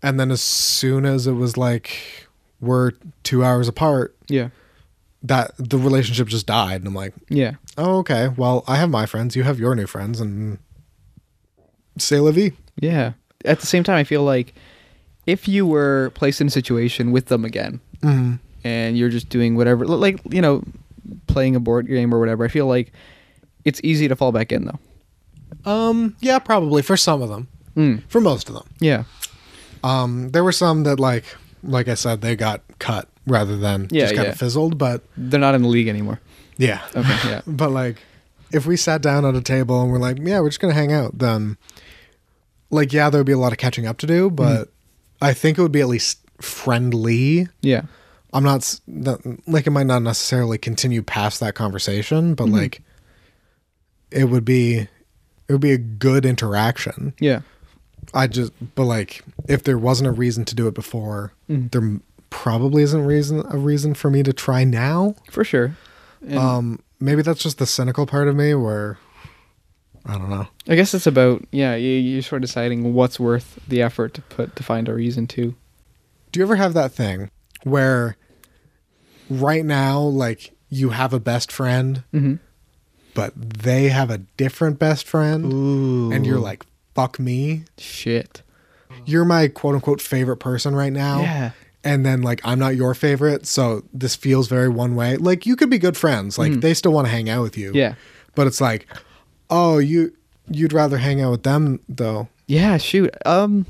[SPEAKER 2] And then as soon as it was like we're two hours apart,
[SPEAKER 3] Yeah.
[SPEAKER 2] that the relationship just died, and I'm like,
[SPEAKER 3] Yeah.
[SPEAKER 2] Oh, okay. Well, I have my friends. You have your new friends, and say la vie.
[SPEAKER 3] Yeah. At the same time, I feel like if you were placed in a situation with them again,
[SPEAKER 2] Mm.
[SPEAKER 3] and you're just doing whatever, li- like you know, playing a board game or whatever, I feel like it's easy to fall back in though.
[SPEAKER 2] Um, yeah, probably for some of them.
[SPEAKER 3] Mm.
[SPEAKER 2] For most of them,
[SPEAKER 3] Yeah.
[SPEAKER 2] um, there were some that like, like I said, they got cut rather than
[SPEAKER 3] Yeah,
[SPEAKER 2] just kind
[SPEAKER 3] yeah.
[SPEAKER 2] of fizzled. But
[SPEAKER 3] They're not in the league anymore.
[SPEAKER 2] yeah,
[SPEAKER 3] Okay. Yeah.
[SPEAKER 2] but like, if we sat down at a table and we're like, yeah, we're just gonna hang out, then like, yeah, there would be a lot of catching up to do. But I think it would be at least friendly.
[SPEAKER 3] yeah.
[SPEAKER 2] I'm not s- not- like it might not necessarily continue past that conversation, but like it would be it would be a good interaction.
[SPEAKER 3] Yeah.
[SPEAKER 2] I just but like if there wasn't a reason to do it before, there m- probably isn't reason a reason for me to try now.
[SPEAKER 3] For sure. And-
[SPEAKER 2] Um maybe that's just the cynical part of me where I don't know.
[SPEAKER 3] I guess it's about yeah, you, you're sort of deciding what's worth the effort to put to find a reason to.
[SPEAKER 2] Do you ever have that thing where right now like you have a best friend, but they have a different best friend?
[SPEAKER 3] Ooh,
[SPEAKER 2] and you're like, fuck me.
[SPEAKER 3] shit.
[SPEAKER 2] You're my quote unquote favorite person right now.
[SPEAKER 3] Yeah.
[SPEAKER 2] And then like I'm not your favorite, so this feels very one way. Like you could be good friends. Like they still want to hang out with you.
[SPEAKER 3] Mm. Yeah.
[SPEAKER 2] But it's like, oh, you you'd rather hang out with them though.
[SPEAKER 3] Yeah, shoot. Um,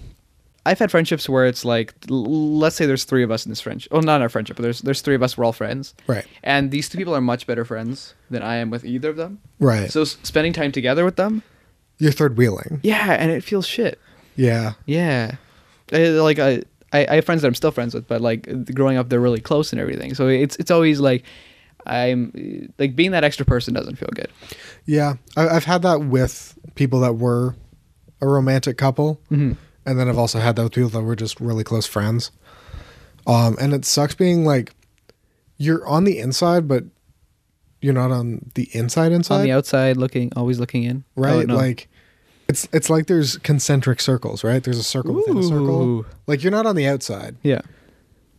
[SPEAKER 3] I've had friendships where it's like, l- let's say there's three of us in this friendship. Well, not in our friendship, but there's there's three of us. We're all friends.
[SPEAKER 2] Right.
[SPEAKER 3] And these two people are much better friends than I am with either of them.
[SPEAKER 2] Right.
[SPEAKER 3] So s- spending time together with them,
[SPEAKER 2] You're third wheeling.
[SPEAKER 3] yeah, and it feels shit.
[SPEAKER 2] Yeah.
[SPEAKER 3] Yeah. I- like I, I, I have friends that I'm still friends with, but like growing up, they're really close and everything. So it's it's always like, I'm like being that extra person doesn't feel good.
[SPEAKER 2] Yeah. I, I've had that with people that were a romantic couple.
[SPEAKER 3] Mm-hmm.
[SPEAKER 2] And then I've also had that with people that were just really close friends. Um, and it sucks being like, you're on the inside, but you're not on the inside inside.
[SPEAKER 3] On the outside, looking always looking in. Oh,
[SPEAKER 2] right.
[SPEAKER 3] no.
[SPEAKER 2] Like, it's, it's like there's concentric circles, right? There's a circle within a circle.
[SPEAKER 3] Ooh.
[SPEAKER 2] Like, you're not on the outside,
[SPEAKER 3] yeah,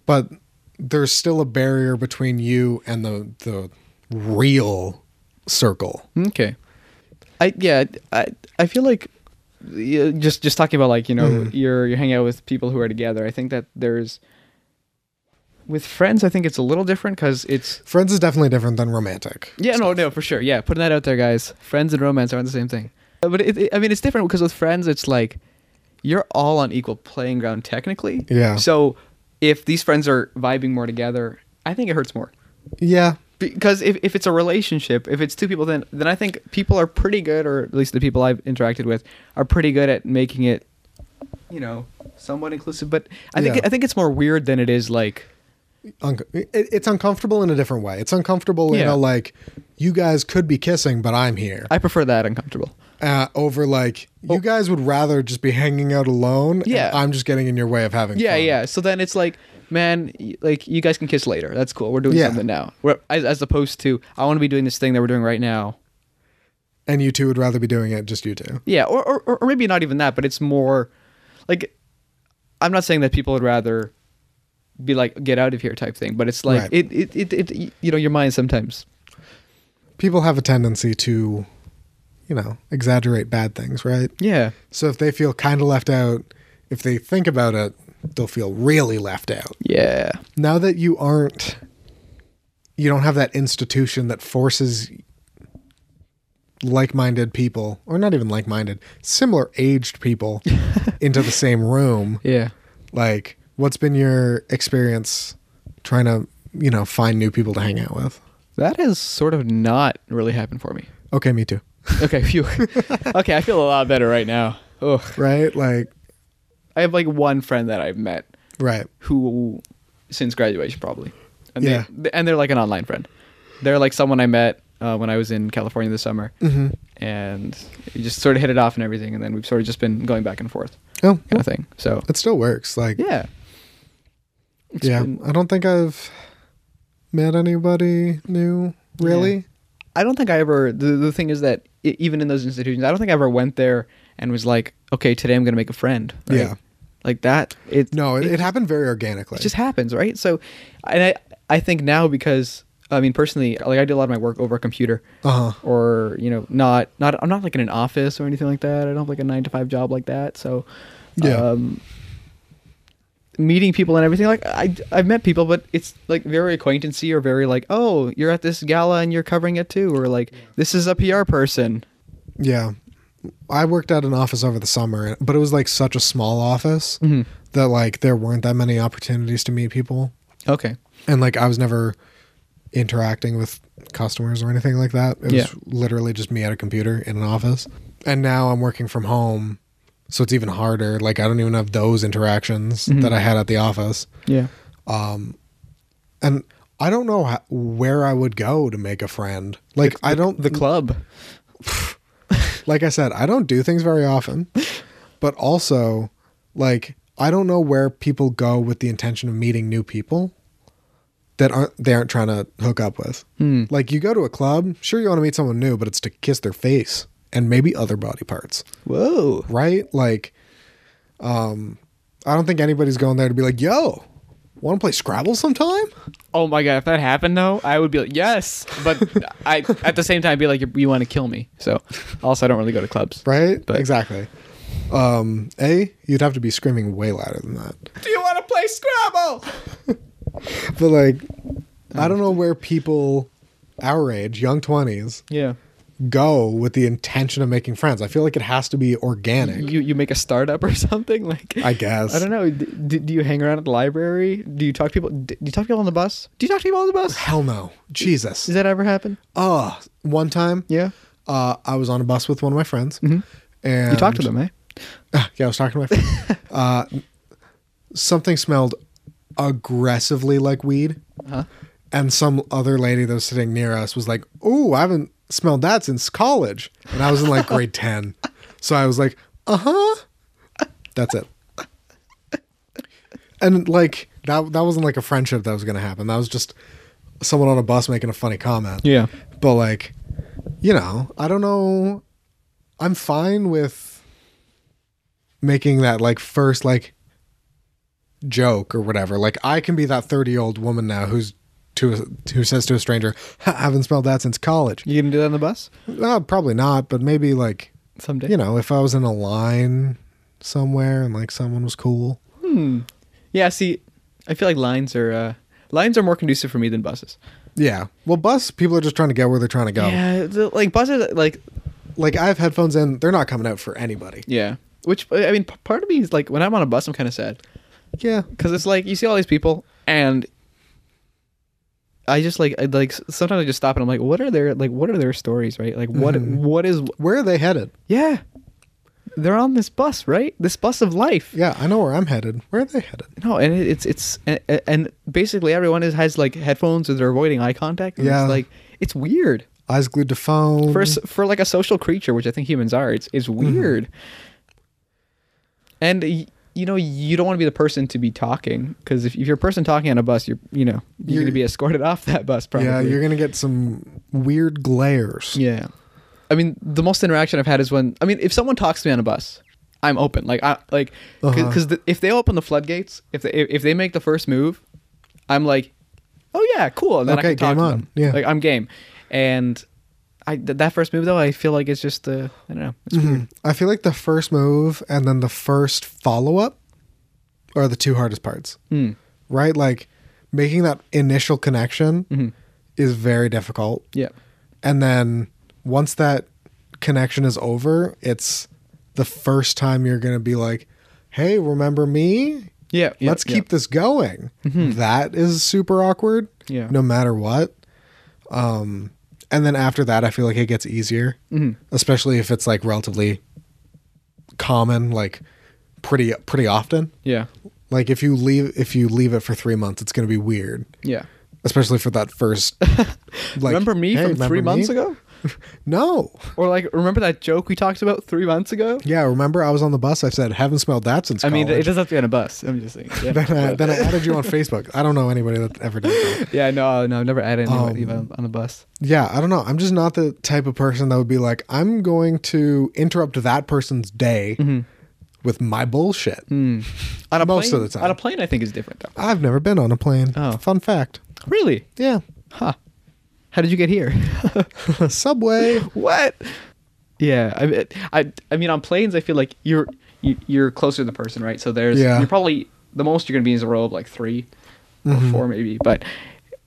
[SPEAKER 2] but there's still a barrier between you and the, the real circle.
[SPEAKER 3] okay. I yeah I I feel like yeah, just just talking about like you know you're you're hanging out with people who are together. I think that there's with friends. I think it's a little different because it's
[SPEAKER 2] Friends is definitely different than romantic.
[SPEAKER 3] Yeah, no, no, for sure. Yeah, putting that out there, guys. Friends and romance aren't the same thing. Uh, But it, it- I mean, it's different because with friends, it's like you're all on equal playing ground technically.
[SPEAKER 2] Yeah.
[SPEAKER 3] So if these friends are vibing more together, I think it hurts more.
[SPEAKER 2] Yeah.
[SPEAKER 3] Because if, if it's a relationship, if it's two people, then then I think people are pretty good, or at least the people I've interacted with are pretty good at making it, you know, somewhat inclusive. But I think
[SPEAKER 2] Yeah.
[SPEAKER 3] I think it's more weird than it is like
[SPEAKER 2] unco- it, it's uncomfortable in a different way. It's uncomfortable in
[SPEAKER 3] Yeah.
[SPEAKER 2] a like you guys could be kissing, but I'm here.
[SPEAKER 3] I prefer that uncomfortable.
[SPEAKER 2] Uh, over like you guys would rather just be hanging out alone. and
[SPEAKER 3] Yeah.
[SPEAKER 2] I'm just getting in your way of having.
[SPEAKER 3] Yeah,
[SPEAKER 2] fun.
[SPEAKER 3] yeah. So then it's like, man, y- like you guys can kiss later. That's cool. We're doing
[SPEAKER 2] Yeah.
[SPEAKER 3] something now. We're, as, as opposed to, I want to be doing this thing that we're doing right now.
[SPEAKER 2] And you two would rather be doing it just you two.
[SPEAKER 3] Yeah, or or, or- or maybe not even that, but it's more like I'm not saying that people would rather be like get out of here type thing, but it's like
[SPEAKER 2] Right.
[SPEAKER 3] it, it, it it y- you know your mind sometimes.
[SPEAKER 2] People have a tendency to, you know, exaggerate bad things, right?
[SPEAKER 3] Yeah.
[SPEAKER 2] So if they feel kind of left out, if they think about it, they'll feel really left out.
[SPEAKER 3] Yeah.
[SPEAKER 2] Now that you aren't, you don't have that institution that forces like minded people, or not even like minded, similar aged people into the same room.
[SPEAKER 3] Yeah.
[SPEAKER 2] Like, what's been your experience trying to, you know, find new people to hang out with?
[SPEAKER 3] That has sort of not really happened for me.
[SPEAKER 2] Okay, me too.
[SPEAKER 3] Okay, phew. okay, I feel a lot better right now. Ugh.
[SPEAKER 2] Right? Like,
[SPEAKER 3] I have like one friend that I've met
[SPEAKER 2] right.
[SPEAKER 3] who since graduation probably. And
[SPEAKER 2] Yeah.
[SPEAKER 3] They, and they're like an online friend. They're like someone I met uh, when I was in California this summer,
[SPEAKER 2] Mm-hmm.
[SPEAKER 3] and we just sort of hit it off and everything. And then we've sort of just been going back and forth
[SPEAKER 2] Oh,
[SPEAKER 3] kind of thing. So
[SPEAKER 2] it still works. Like,
[SPEAKER 3] yeah, It's
[SPEAKER 2] yeah.
[SPEAKER 3] been-
[SPEAKER 2] I don't think I've met anybody new, really.
[SPEAKER 3] I don't think I ever. The, the thing is that e- even in those institutions, I don't think I ever went there and was like, okay, today I'm gonna make a friend. right?
[SPEAKER 2] Yeah.
[SPEAKER 3] like that. It
[SPEAKER 2] No, it, it happened very organically.
[SPEAKER 3] it just happens, right? So, and I I think now because I mean personally, like I did a lot of my work over a computer,
[SPEAKER 2] Uh-huh.
[SPEAKER 3] or you know, not not I'm not like in an office or anything like that. I don't have like a nine to five job like that. So,
[SPEAKER 2] Yeah.
[SPEAKER 3] um, meeting people and everything like I I've met people, but it's like very acquaintancy or very like oh you're at this gala and you're covering it too, or like this is a PR person.
[SPEAKER 2] yeah. I worked at an office over the summer, but it was like such a small office
[SPEAKER 3] Mm-hmm.
[SPEAKER 2] that like there weren't that many opportunities to meet people.
[SPEAKER 3] Okay.
[SPEAKER 2] And like I was never interacting with customers or anything like that. It was
[SPEAKER 3] Yeah.
[SPEAKER 2] literally just me at a computer in an office. And now I'm working from home, so it's even harder. Like I don't even have those interactions
[SPEAKER 3] Mm-hmm.
[SPEAKER 2] that I had at the office.
[SPEAKER 3] Yeah.
[SPEAKER 2] And I don't know how, where I would go to make a friend. Like I don't
[SPEAKER 3] The club.
[SPEAKER 2] like I said, I don't do things very often, but also, like, I don't know where people go with the intention of meeting new people that aren't they aren't trying to hook up with. Like, you go to a club, sure, you want to meet someone new, but it's to kiss their face and maybe other body parts,
[SPEAKER 3] Whoa.
[SPEAKER 2] right? Like, um, I don't think anybody's going there to be like, "Yo, want to play Scrabble sometime?"
[SPEAKER 3] Oh my god, if that happened though, I would be like, yes, but I at the same time be like, you, you want to kill me. So, also, I don't really go to clubs.
[SPEAKER 2] Right?
[SPEAKER 3] But-
[SPEAKER 2] exactly. Um, a, you'd have to be screaming way louder than that.
[SPEAKER 3] Do you want to play Scrabble?
[SPEAKER 2] but like
[SPEAKER 3] Oh.
[SPEAKER 2] i don't know where people our age young 20s
[SPEAKER 3] Yeah,
[SPEAKER 2] go with the intention of making friends i feel like it has to be organic
[SPEAKER 3] you you make a startup or something like.
[SPEAKER 2] i guess
[SPEAKER 3] Mm-hmm. I don't know. D- d- do you hang around at the library? Do you talk to people? d- Do you talk to people on the bus? Do you talk to people on the bus?
[SPEAKER 2] hell no jesus
[SPEAKER 3] Does that ever happen?
[SPEAKER 2] oh one time
[SPEAKER 3] Yeah. Mm-hmm.
[SPEAKER 2] uh, i was on a bus with one of my friends and
[SPEAKER 3] You talk to them, eh?
[SPEAKER 2] Ah, yeah i was talking to my friend uh, something smelled aggressively like weed
[SPEAKER 3] Huh?
[SPEAKER 2] and some other lady that was sitting near us was like, "Oh, I haven't smelled that since college," and I was in like grade ten, so I was like, "Uh huh," that's it. And like that, that wasn't like a friendship that was gonna happen. That was just someone on a bus making a funny comment.
[SPEAKER 3] Yeah.
[SPEAKER 2] But like, you know, I don't know. I'm fine with making that like first like joke or whatever. Like I can be that 30 year old woman now who's to a, who says to a stranger, "Ha, "I haven't smelled that since college."
[SPEAKER 3] You gonna do that on the bus
[SPEAKER 2] No, probably not, but maybe like
[SPEAKER 3] someday?
[SPEAKER 2] you know, if I was in a line somewhere and like someone was cool.
[SPEAKER 3] Yeah. See, I feel like lines are uh, lines are more conducive for me than buses.
[SPEAKER 2] Yeah. Well, bus people are just trying to get where they're trying to go.
[SPEAKER 3] Yeah. the- like buses, like
[SPEAKER 2] Like I have headphones in; they're not coming out for anybody.
[SPEAKER 3] Yeah. Which I mean, p- part of me is like, when I'm on a bus, I'm kind of sad
[SPEAKER 2] Yeah.
[SPEAKER 3] because it's like you see all these people, and I just like, I, like s- sometimes I just stop and I'm like,
[SPEAKER 2] Mm-hmm.
[SPEAKER 3] what are their like, what are their stories, right? Like, what what is
[SPEAKER 2] Where are they headed?
[SPEAKER 3] yeah. they're on this bus, right? This bus of life.
[SPEAKER 2] Yeah, I know where I'm headed. Where are they headed?
[SPEAKER 3] No, and it, it's it's and, and basically everyone is, has like headphones or they're avoiding eye contact. And
[SPEAKER 2] Yeah.
[SPEAKER 3] it's like it's weird
[SPEAKER 2] Eyes glued to phone.
[SPEAKER 3] for s- for like a social creature, which I think humans are. It's it's
[SPEAKER 2] Mm-hmm.
[SPEAKER 3] weird. And y- you know you don't want to be the person to be talking because if, if you're a person talking on a bus, you're you know you're,
[SPEAKER 2] You're-
[SPEAKER 3] gonna be escorted off that bus probably.
[SPEAKER 2] yeah, you're gonna get some weird glares.
[SPEAKER 3] Yeah. I mean, the most interaction I've had is when I mean, if someone talks to me on a bus, I'm open. Like I like
[SPEAKER 2] Uh-huh.
[SPEAKER 3] because the if they open the floodgates, if they if they make the first move, I'm like, oh yeah, cool. And then
[SPEAKER 2] Okay,
[SPEAKER 3] I can talk
[SPEAKER 2] game
[SPEAKER 3] to
[SPEAKER 2] on.
[SPEAKER 3] them.
[SPEAKER 2] Yeah.
[SPEAKER 3] Like I'm game. And I th- that first move though, I feel like it's just uh, I don't know. It's
[SPEAKER 2] Mm.
[SPEAKER 3] weird.
[SPEAKER 2] Hmm. I feel like the first move and then the first follow up are the two hardest parts.
[SPEAKER 3] Hmm.
[SPEAKER 2] Right? Like making that initial connection is very difficult.
[SPEAKER 3] Mm-hmm. Yeah.
[SPEAKER 2] And then once that connection is over, it's the first time you're going to be like, hey, remember me?
[SPEAKER 3] Yeah. yeah,
[SPEAKER 2] Let's
[SPEAKER 3] yeah.
[SPEAKER 2] keep this going. That is super awkward.
[SPEAKER 3] Mm-hmm. Yeah.
[SPEAKER 2] No matter what. Um, and then after that, I feel like it gets easier,
[SPEAKER 3] Mm-hmm.
[SPEAKER 2] especially if it's like relatively common, like pretty pretty often.
[SPEAKER 3] Yeah.
[SPEAKER 2] Like if you leave if you leave it for three months, it's going to be weird,
[SPEAKER 3] Yeah.
[SPEAKER 2] especially for that first. Like,
[SPEAKER 3] remember me
[SPEAKER 2] "Hey,
[SPEAKER 3] from
[SPEAKER 2] remember
[SPEAKER 3] three
[SPEAKER 2] me?"
[SPEAKER 3] months ago?
[SPEAKER 2] No.
[SPEAKER 3] Or like remember that joke we talked about three months ago?
[SPEAKER 2] Yeah, remember I was on the bus. I said, haven't smelled that since
[SPEAKER 3] I
[SPEAKER 2] college.
[SPEAKER 3] mean, it doesn't have to be on a bus. I'm just saying. Yeah.
[SPEAKER 2] then, I, then I added you on Facebook. I don't know anybody that ever did that.
[SPEAKER 3] Yeah, no, no, I've never had anybody
[SPEAKER 2] Um,
[SPEAKER 3] on- on the bus.
[SPEAKER 2] Yeah, I don't know. I'm just not the type of person that would be like, I'm going to interrupt that person's day with my bullshit.
[SPEAKER 3] Mm-hmm. Hmm. On a
[SPEAKER 2] most
[SPEAKER 3] plane,
[SPEAKER 2] of the time.
[SPEAKER 3] On a plane, I think is different though.
[SPEAKER 2] I've never been on a plane.
[SPEAKER 3] Oh.
[SPEAKER 2] Fun fact.
[SPEAKER 3] Really?
[SPEAKER 2] Yeah.
[SPEAKER 3] Huh? How did you get here?
[SPEAKER 2] Subway.
[SPEAKER 3] what? Yeah, I, mean- I, I mean, on planes, I feel like you're you, you're closer to the person, right? So there's
[SPEAKER 2] Yeah.
[SPEAKER 3] you're probably the most you're gonna be is a row of like 3
[SPEAKER 2] Mm-hmm.
[SPEAKER 3] or four maybe, but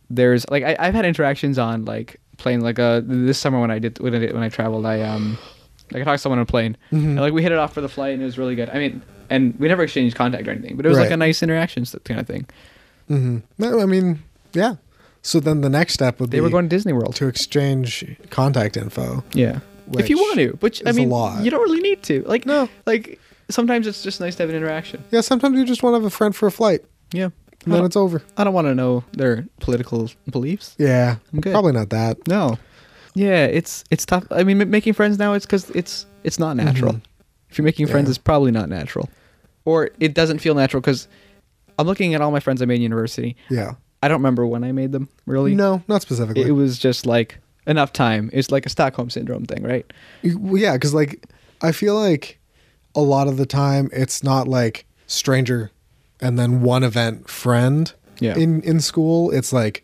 [SPEAKER 3] there's like I, I've had interactions on like plane like uh this summer when I did when I did, when I traveled I um like I talked to someone on a plane
[SPEAKER 2] Mm-hmm.
[SPEAKER 3] and like we hit it off for the flight and it was really good. I mean, and we never exchanged contact or anything, but it was like
[SPEAKER 2] Right.
[SPEAKER 3] a nice interaction kind of thing.
[SPEAKER 2] No, I mean, yeah. So then the next step would
[SPEAKER 3] They
[SPEAKER 2] be
[SPEAKER 3] were going to Disney World.
[SPEAKER 2] to exchange contact info.
[SPEAKER 3] Yeah. if you
[SPEAKER 2] Which
[SPEAKER 3] want to, but I
[SPEAKER 2] is a
[SPEAKER 3] mean,
[SPEAKER 2] lot.
[SPEAKER 3] you don't really need to. Like
[SPEAKER 2] No.
[SPEAKER 3] like sometimes it's just nice to have an interaction.
[SPEAKER 2] Yeah, sometimes you just want to have a friend for a flight,
[SPEAKER 3] Yeah.
[SPEAKER 2] and
[SPEAKER 3] Oh.
[SPEAKER 2] then it's over.
[SPEAKER 3] I don't want to know their political beliefs.
[SPEAKER 2] Yeah.
[SPEAKER 3] I'm good.
[SPEAKER 2] Probably not that.
[SPEAKER 3] No. Yeah, it's it's tough. I mean, m- making friends now it's cuz it's it's not natural. If you're making friends
[SPEAKER 2] Mm-hmm. Yeah.
[SPEAKER 3] it's probably not natural. Or it doesn't feel natural cuz I'm looking at all my friends I made in university.
[SPEAKER 2] Yeah.
[SPEAKER 3] I don't remember when I made them, really.
[SPEAKER 2] No, not specifically.
[SPEAKER 3] It was just like enough time. It's like a Stockholm syndrome thing, right?
[SPEAKER 2] You- well, yeah because like i feel like a lot of the time it's not like stranger and then one event friend
[SPEAKER 3] Yeah.
[SPEAKER 2] in in school it's like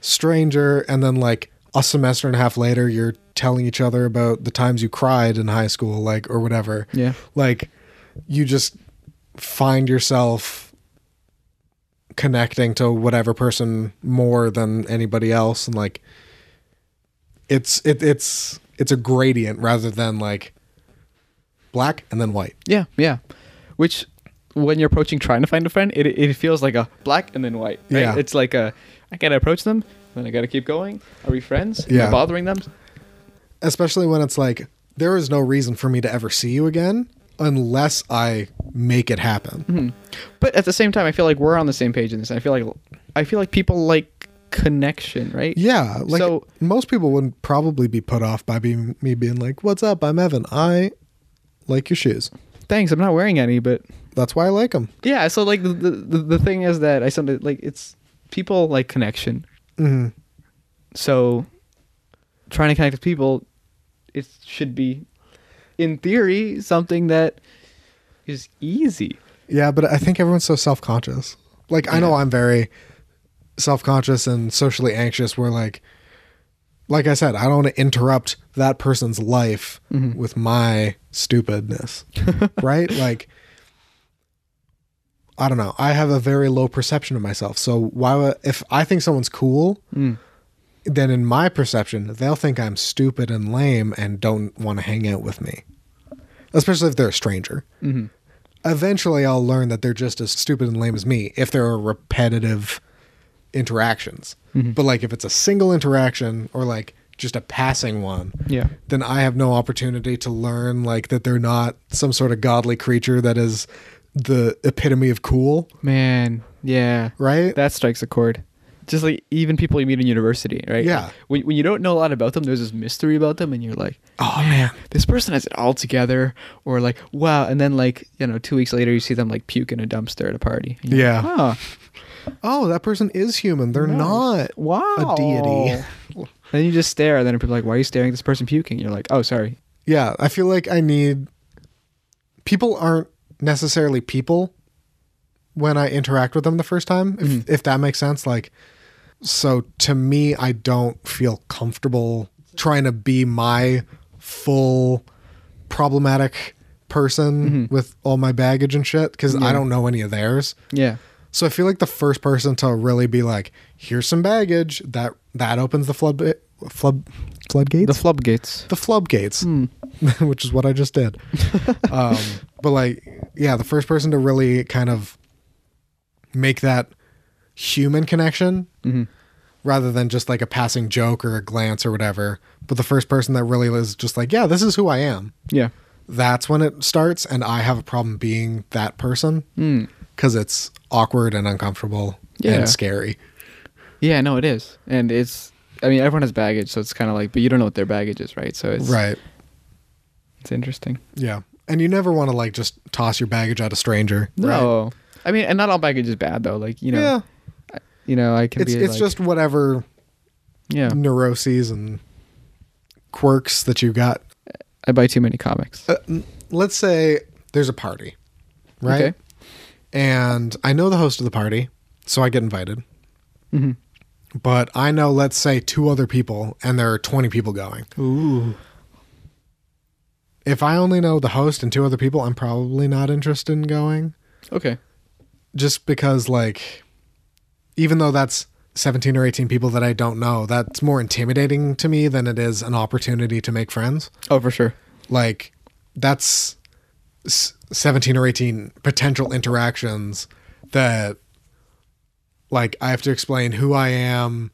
[SPEAKER 2] stranger and then like a semester and a half later you're telling each other about the times you cried in high school like or whatever
[SPEAKER 3] Yeah.
[SPEAKER 2] like you just find yourself connecting to whatever person more than anybody else and like it's it, it's it's a gradient rather than like black and then white
[SPEAKER 3] Yeah, yeah. Which, when you're approaching trying to find a friend, it, it feels like a black and then white. Right?
[SPEAKER 2] Yeah.
[SPEAKER 3] It's like a I gotta approach them, then I gotta keep going. Are we friends? Am I
[SPEAKER 2] Yeah.
[SPEAKER 3] bothering them?
[SPEAKER 2] especially when it's like there is no reason for me to ever see you again unless i make it happen
[SPEAKER 3] But at the same time, I feel like we're on the same page in this. I feel like I feel like people like connection, right?
[SPEAKER 2] yeah like
[SPEAKER 3] So-
[SPEAKER 2] most people would probably be put off by being, me being like what's up i'm evan i like your shoes
[SPEAKER 3] Thanks. I'm not wearing any, but
[SPEAKER 2] that's why i like them
[SPEAKER 3] yeah. So like the the, the, the thing is that I sometimes like it's people like connection.
[SPEAKER 2] mm-hmm.
[SPEAKER 3] So trying to connect with people, it should be, in theory, something that is easy.
[SPEAKER 2] Yeah, but I think everyone's so self conscious. Like I know I'm very self conscious and socially anxious where like like I said, I don't want to interrupt that person's life with my stupidness. right? Like I don't know. I have a very low perception of myself. So why would, if I think someone's cool, then in my perception, they'll think I'm stupid and lame and don't want to hang out with me. Especially if they're a stranger eventually I'll learn that they're just as stupid and lame as me if there are repetitive interactions. But like if it's a single interaction or like just a passing one,
[SPEAKER 3] Yeah.
[SPEAKER 2] then I have no opportunity to learn like that they're not some sort of godly creature that is the epitome of cool,
[SPEAKER 3] Man. Yeah.
[SPEAKER 2] right?
[SPEAKER 3] That strikes a chord. Just like even people you meet in university, right?
[SPEAKER 2] Yeah.
[SPEAKER 3] When, when you don't know a lot about them, there's this mystery about them, and you're like,
[SPEAKER 2] oh man.
[SPEAKER 3] this person has it all together, or like, wow. And then, like, you know, two weeks later, you see them like puke in a dumpster at a party. And you're
[SPEAKER 2] Yeah.
[SPEAKER 3] Like, huh.
[SPEAKER 2] Oh, that person is human. They're not.
[SPEAKER 3] wow
[SPEAKER 2] deity.
[SPEAKER 3] then you just stare and then people are like why are you staring at this person puking you're like oh sorry
[SPEAKER 2] Yeah, I feel like I need people aren't necessarily people when I interact with them the first time, if, if that makes sense. Like, so to me, I don't feel comfortable trying to be my full problematic person with all my baggage and shit because I don't know any of theirs.
[SPEAKER 3] yeah
[SPEAKER 2] So I feel like the first person to really be like, "Here's some baggage," that that opens the flood flood floodgates
[SPEAKER 3] the floodgates
[SPEAKER 2] the floodgates,
[SPEAKER 3] Hmm.
[SPEAKER 2] which is what I just did. um, but like, yeah, the first person to really kind of make that human connection
[SPEAKER 3] Mm-hmm.
[SPEAKER 2] rather than just like a passing joke or a glance or whatever. But the first person that really is just like, yeah, this is who I am.
[SPEAKER 3] yeah
[SPEAKER 2] That's when it starts, and I have a problem being that person because it's awkward and uncomfortable
[SPEAKER 3] Hmm. Yeah.
[SPEAKER 2] and scary.
[SPEAKER 3] yeah no it is and it's i mean everyone has baggage so it's kind of like but you don't know what their baggage is right so it's
[SPEAKER 2] Right.
[SPEAKER 3] it's interesting
[SPEAKER 2] Yeah. And you never want to like just toss your baggage at a stranger. right?
[SPEAKER 3] no i mean and not all baggage is bad though like you know
[SPEAKER 2] yeah.
[SPEAKER 3] you know i can
[SPEAKER 2] It's
[SPEAKER 3] be
[SPEAKER 2] it's
[SPEAKER 3] like-
[SPEAKER 2] just whatever
[SPEAKER 3] yeah
[SPEAKER 2] neuroses and quirks that you got.
[SPEAKER 3] i buy too many comics
[SPEAKER 2] Uh, n- let's say there's a party, right?
[SPEAKER 3] okay
[SPEAKER 2] And I know the host of the party, so I get invited.
[SPEAKER 3] Mm-hmm.
[SPEAKER 2] But I know, let's say, two other people, and there are 20 people going.
[SPEAKER 3] ooh
[SPEAKER 2] If I only know the host and two other people, I'm probably not interested in going.
[SPEAKER 3] okay
[SPEAKER 2] Just because, like, even though that's 17 or 18 people that I don't know, that's more intimidating to me than it is an opportunity to make friends.
[SPEAKER 3] oh for sure
[SPEAKER 2] like that's s- 17 or 18 potential interactions that like i have to explain who i am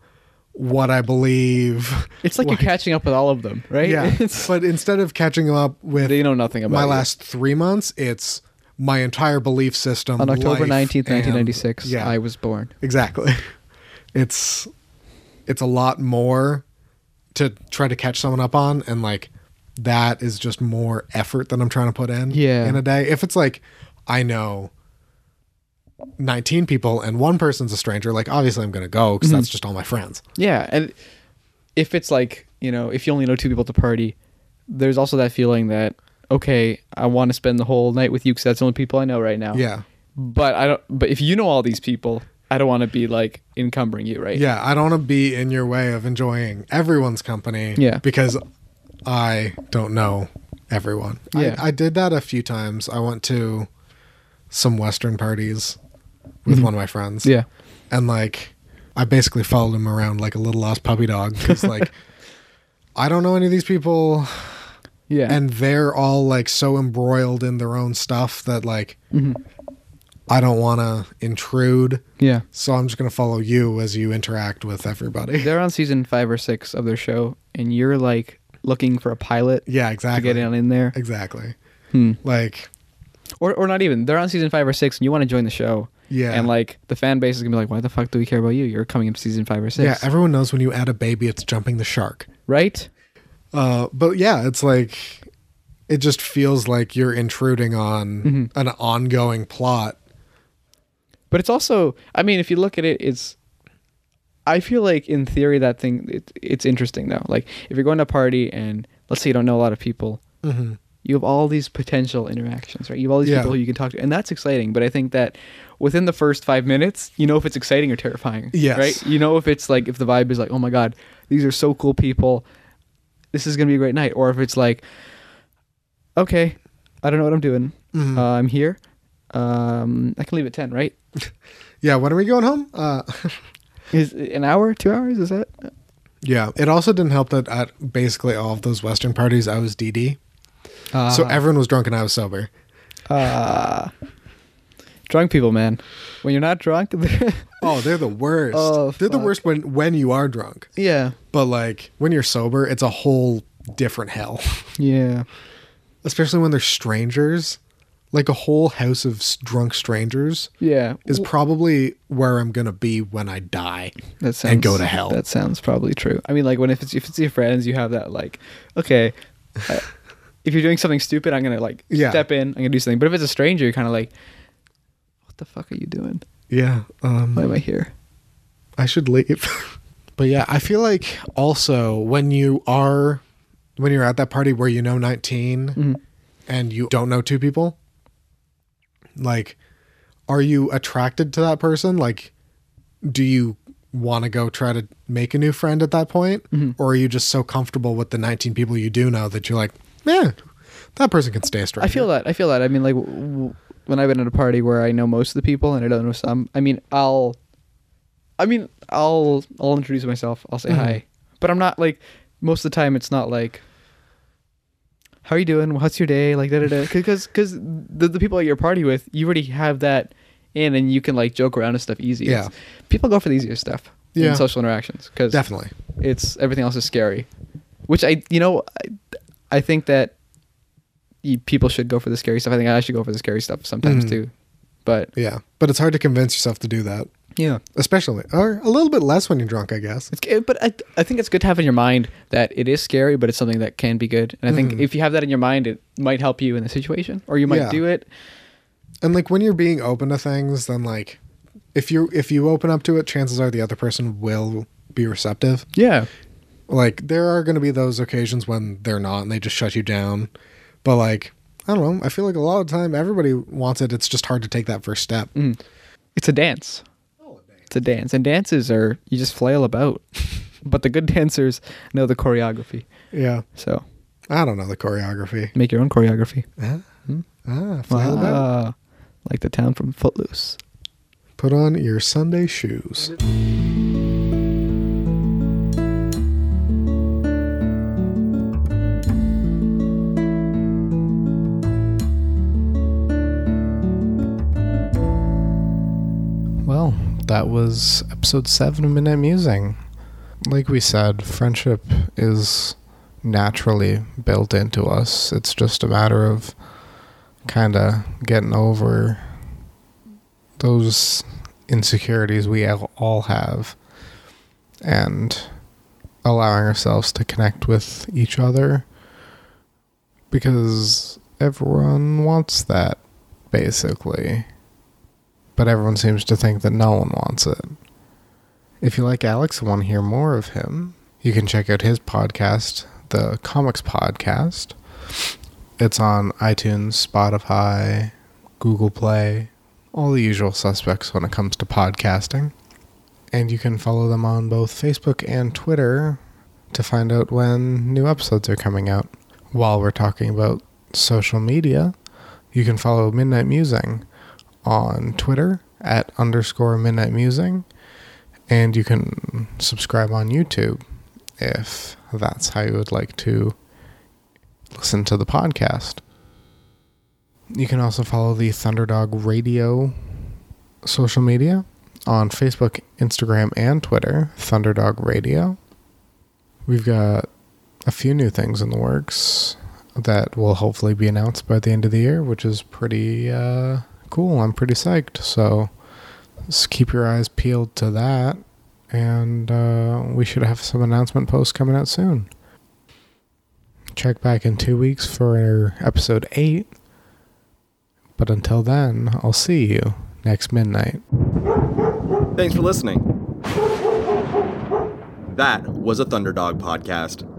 [SPEAKER 2] what i believe
[SPEAKER 3] it's like, you're catching up with all of them right
[SPEAKER 2] yeah
[SPEAKER 3] It's-
[SPEAKER 2] but instead of catching up with
[SPEAKER 3] they know nothing about
[SPEAKER 2] my
[SPEAKER 3] you.
[SPEAKER 2] last three months it's my entire belief system
[SPEAKER 3] on october
[SPEAKER 2] life,
[SPEAKER 3] 19th
[SPEAKER 2] and-
[SPEAKER 3] 1996
[SPEAKER 2] yeah
[SPEAKER 3] i was born
[SPEAKER 2] exactly it's it's a lot more to try to catch someone up on and like that is just more effort that i'm trying to put in
[SPEAKER 3] Yeah.
[SPEAKER 2] in a day if it's like i know 19 people and one person's a stranger like obviously i'm gonna go because that's just all my friends
[SPEAKER 3] Yeah, and if it's like you know, if you only know two people at the party, there's also that feeling that okay, I want to spend the whole night with you because that's the only people I know right now.
[SPEAKER 2] yeah
[SPEAKER 3] But I don't. But if you know all these people, I don't want to be like encumbering you, right?
[SPEAKER 2] yeah i don't want to be in your way of enjoying everyone's company
[SPEAKER 3] Yeah.
[SPEAKER 2] because i don't know everyone
[SPEAKER 3] Yeah.
[SPEAKER 2] I, I did that a few times i went to some western parties with one of my friends
[SPEAKER 3] Mm-hmm. Yeah.
[SPEAKER 2] and like I basically followed him around like a little lost puppy dog because like I don't know any of these people,
[SPEAKER 3] Yeah.
[SPEAKER 2] and they're all like so embroiled in their own stuff that like
[SPEAKER 3] Mm-hmm.
[SPEAKER 2] I don't want to intrude,
[SPEAKER 3] yeah.
[SPEAKER 2] so I'm just gonna follow you as you interact with everybody.
[SPEAKER 3] They're on season five or six of their show, and you're like looking for a pilot
[SPEAKER 2] yeah,
[SPEAKER 3] to
[SPEAKER 2] exactly.
[SPEAKER 3] get in in there,
[SPEAKER 2] Exactly.
[SPEAKER 3] Hmm.
[SPEAKER 2] Like
[SPEAKER 3] or or not even. They're on season five or six, and you want to join the show.
[SPEAKER 2] Yeah.
[SPEAKER 3] And like the fan base is gonna be like, why the fuck do we care about you? You're coming up to season five or six.
[SPEAKER 2] yeah, everyone knows when you add a baby, it's jumping the shark.
[SPEAKER 3] right.
[SPEAKER 2] Uh, but yeah, it's like it just feels like you're intruding on an ongoing plot.
[SPEAKER 3] But it's also, I mean, if you look at it, it's. I feel like in theory that thing it, it's interesting though. Like if you're going to a party and let's say you don't know a lot of people, you have all these potential interactions, right? You have all these
[SPEAKER 2] Mm-hmm. Yeah.
[SPEAKER 3] people who you can talk to, and that's exciting. But I think that within the first five minutes, you know if it's exciting or terrifying.
[SPEAKER 2] Yes.
[SPEAKER 3] Right. You know if it's like if the vibe is like, oh my god, these are so cool people, this is gonna be a great night, or if it's like, okay, I don't know what I'm doing,
[SPEAKER 2] Mm-hmm.
[SPEAKER 3] uh, I'm here, um, I can leave at ten, right?
[SPEAKER 2] Yeah, when are we going home? Uh,
[SPEAKER 3] Is it an hour, two hours? Is that?
[SPEAKER 2] yeah. It also didn't help that at basically all of those Western parties, I was DD. so everyone was drunk and I was sober.
[SPEAKER 3] drunk people, man. When you're not drunk,
[SPEAKER 2] Oh, they're the worst.
[SPEAKER 3] Oh,
[SPEAKER 2] they're the
[SPEAKER 3] fuck.
[SPEAKER 2] worst when when you are drunk.
[SPEAKER 3] Yeah.
[SPEAKER 2] But like when you're sober, it's a whole different hell.
[SPEAKER 3] Yeah.
[SPEAKER 2] Especially when they're strangers. Like a whole house of s- drunk strangers
[SPEAKER 3] Yeah.
[SPEAKER 2] is probably where I'm gonna be when I die.
[SPEAKER 3] that sounds,
[SPEAKER 2] and go to hell.
[SPEAKER 3] That sounds probably true. I mean, like when if it's if it's your friends, you have that like, okay, I, if you're doing something stupid, I'm gonna like
[SPEAKER 2] Yeah.
[SPEAKER 3] step in. I'm gonna do something. But if it's a stranger, you're kind of like, what the fuck are you doing?
[SPEAKER 2] Yeah. Um,
[SPEAKER 3] Why am I here?
[SPEAKER 2] I should leave. but yeah, I feel like also when you are when you're at that party where you know 19
[SPEAKER 3] Mm-hmm.
[SPEAKER 2] and you don't know two people, like are you attracted to that person? Like do you want to go try to make a new friend at that point
[SPEAKER 3] Mm-hmm.
[SPEAKER 2] or are you just so comfortable with the 19 people you do know that you're like, "Man, that person can stay a stranger."
[SPEAKER 3] I feel that. I feel that. I mean, like w- w- when I've been at a party where I know most of the people and I don't know some. I mean, I'll, I mean, I'll I'll introduce myself. I'll
[SPEAKER 2] Mm-hmm.
[SPEAKER 3] say hi, but I'm not like most of the time. It's not like. How are you doing? What's your day? Like da da da. Because because the the people at your party with you already have that in and you can like joke around and stuff easy.
[SPEAKER 2] Yeah.
[SPEAKER 3] It's- people go for the easier stuff.
[SPEAKER 2] Yeah.
[SPEAKER 3] In social interactions because
[SPEAKER 2] Definitely.
[SPEAKER 3] it's everything else is scary which i you know i, I think that you, people should go for the scary stuff i think i should go for the scary stuff sometimes too but
[SPEAKER 2] Yeah. But it's hard to convince yourself to do that,
[SPEAKER 3] yeah
[SPEAKER 2] especially or a little bit less when you're drunk, I guess.
[SPEAKER 3] it's, good- but I, I think it's good to have in your mind that it is scary but it's something that can be good and i think if you have that in your mind it might help you in the situation or you might
[SPEAKER 2] Yeah.
[SPEAKER 3] do it
[SPEAKER 2] and like when you're being open to things then like if you if you open up to it chances are the other person will be receptive
[SPEAKER 3] yeah
[SPEAKER 2] like there are going to be those occasions when they're not and they just shut you down but like i don't know i feel like a lot of time everybody wants it it's just hard to take that first step
[SPEAKER 3] Mm. it's a dance it's a dance and dances are you just flail about but the good dancers know the choreography
[SPEAKER 2] yeah
[SPEAKER 3] so
[SPEAKER 2] i don't know the choreography
[SPEAKER 3] make your own choreography
[SPEAKER 2] Huh? ah, flail about.
[SPEAKER 3] Ah, like the town from Footloose.
[SPEAKER 2] put on your sunday shoes
[SPEAKER 4] Well, that was episode seven of Midnight Musing. Like we said, friendship is naturally built into us. It's just a matter of kind of getting over those insecurities we have- all have and allowing ourselves to connect with each other because everyone wants that, basically but everyone seems to think that no one wants it. If you like Alex and want to hear more of him, you can check out his podcast, the Comics Podcast. It's on iTunes, Spotify, Google Play, all the usual suspects when it comes to podcasting. And you can follow them on both Facebook and Twitter to find out when new episodes are coming out. While we're talking about social media, you can follow Midnight Musing on Twitter at underscore midnight musing, and you can subscribe on YouTube if that's how you would like to listen to the podcast. You can also follow the Thunderdog Radio social media on Facebook, Instagram, and Twitter, Thunderdog Radio. We've got a few new things in the works that will hopefully be announced by the end of the year, which is pretty uh, cool. I'm pretty psyched. So just keep your eyes peeled to that. And uh, we should have some announcement posts coming out soon. Check back in two weeks for episode eight. But until then, I'll see you next midnight.
[SPEAKER 1] Thanks for listening. That was a Thunderdog podcast.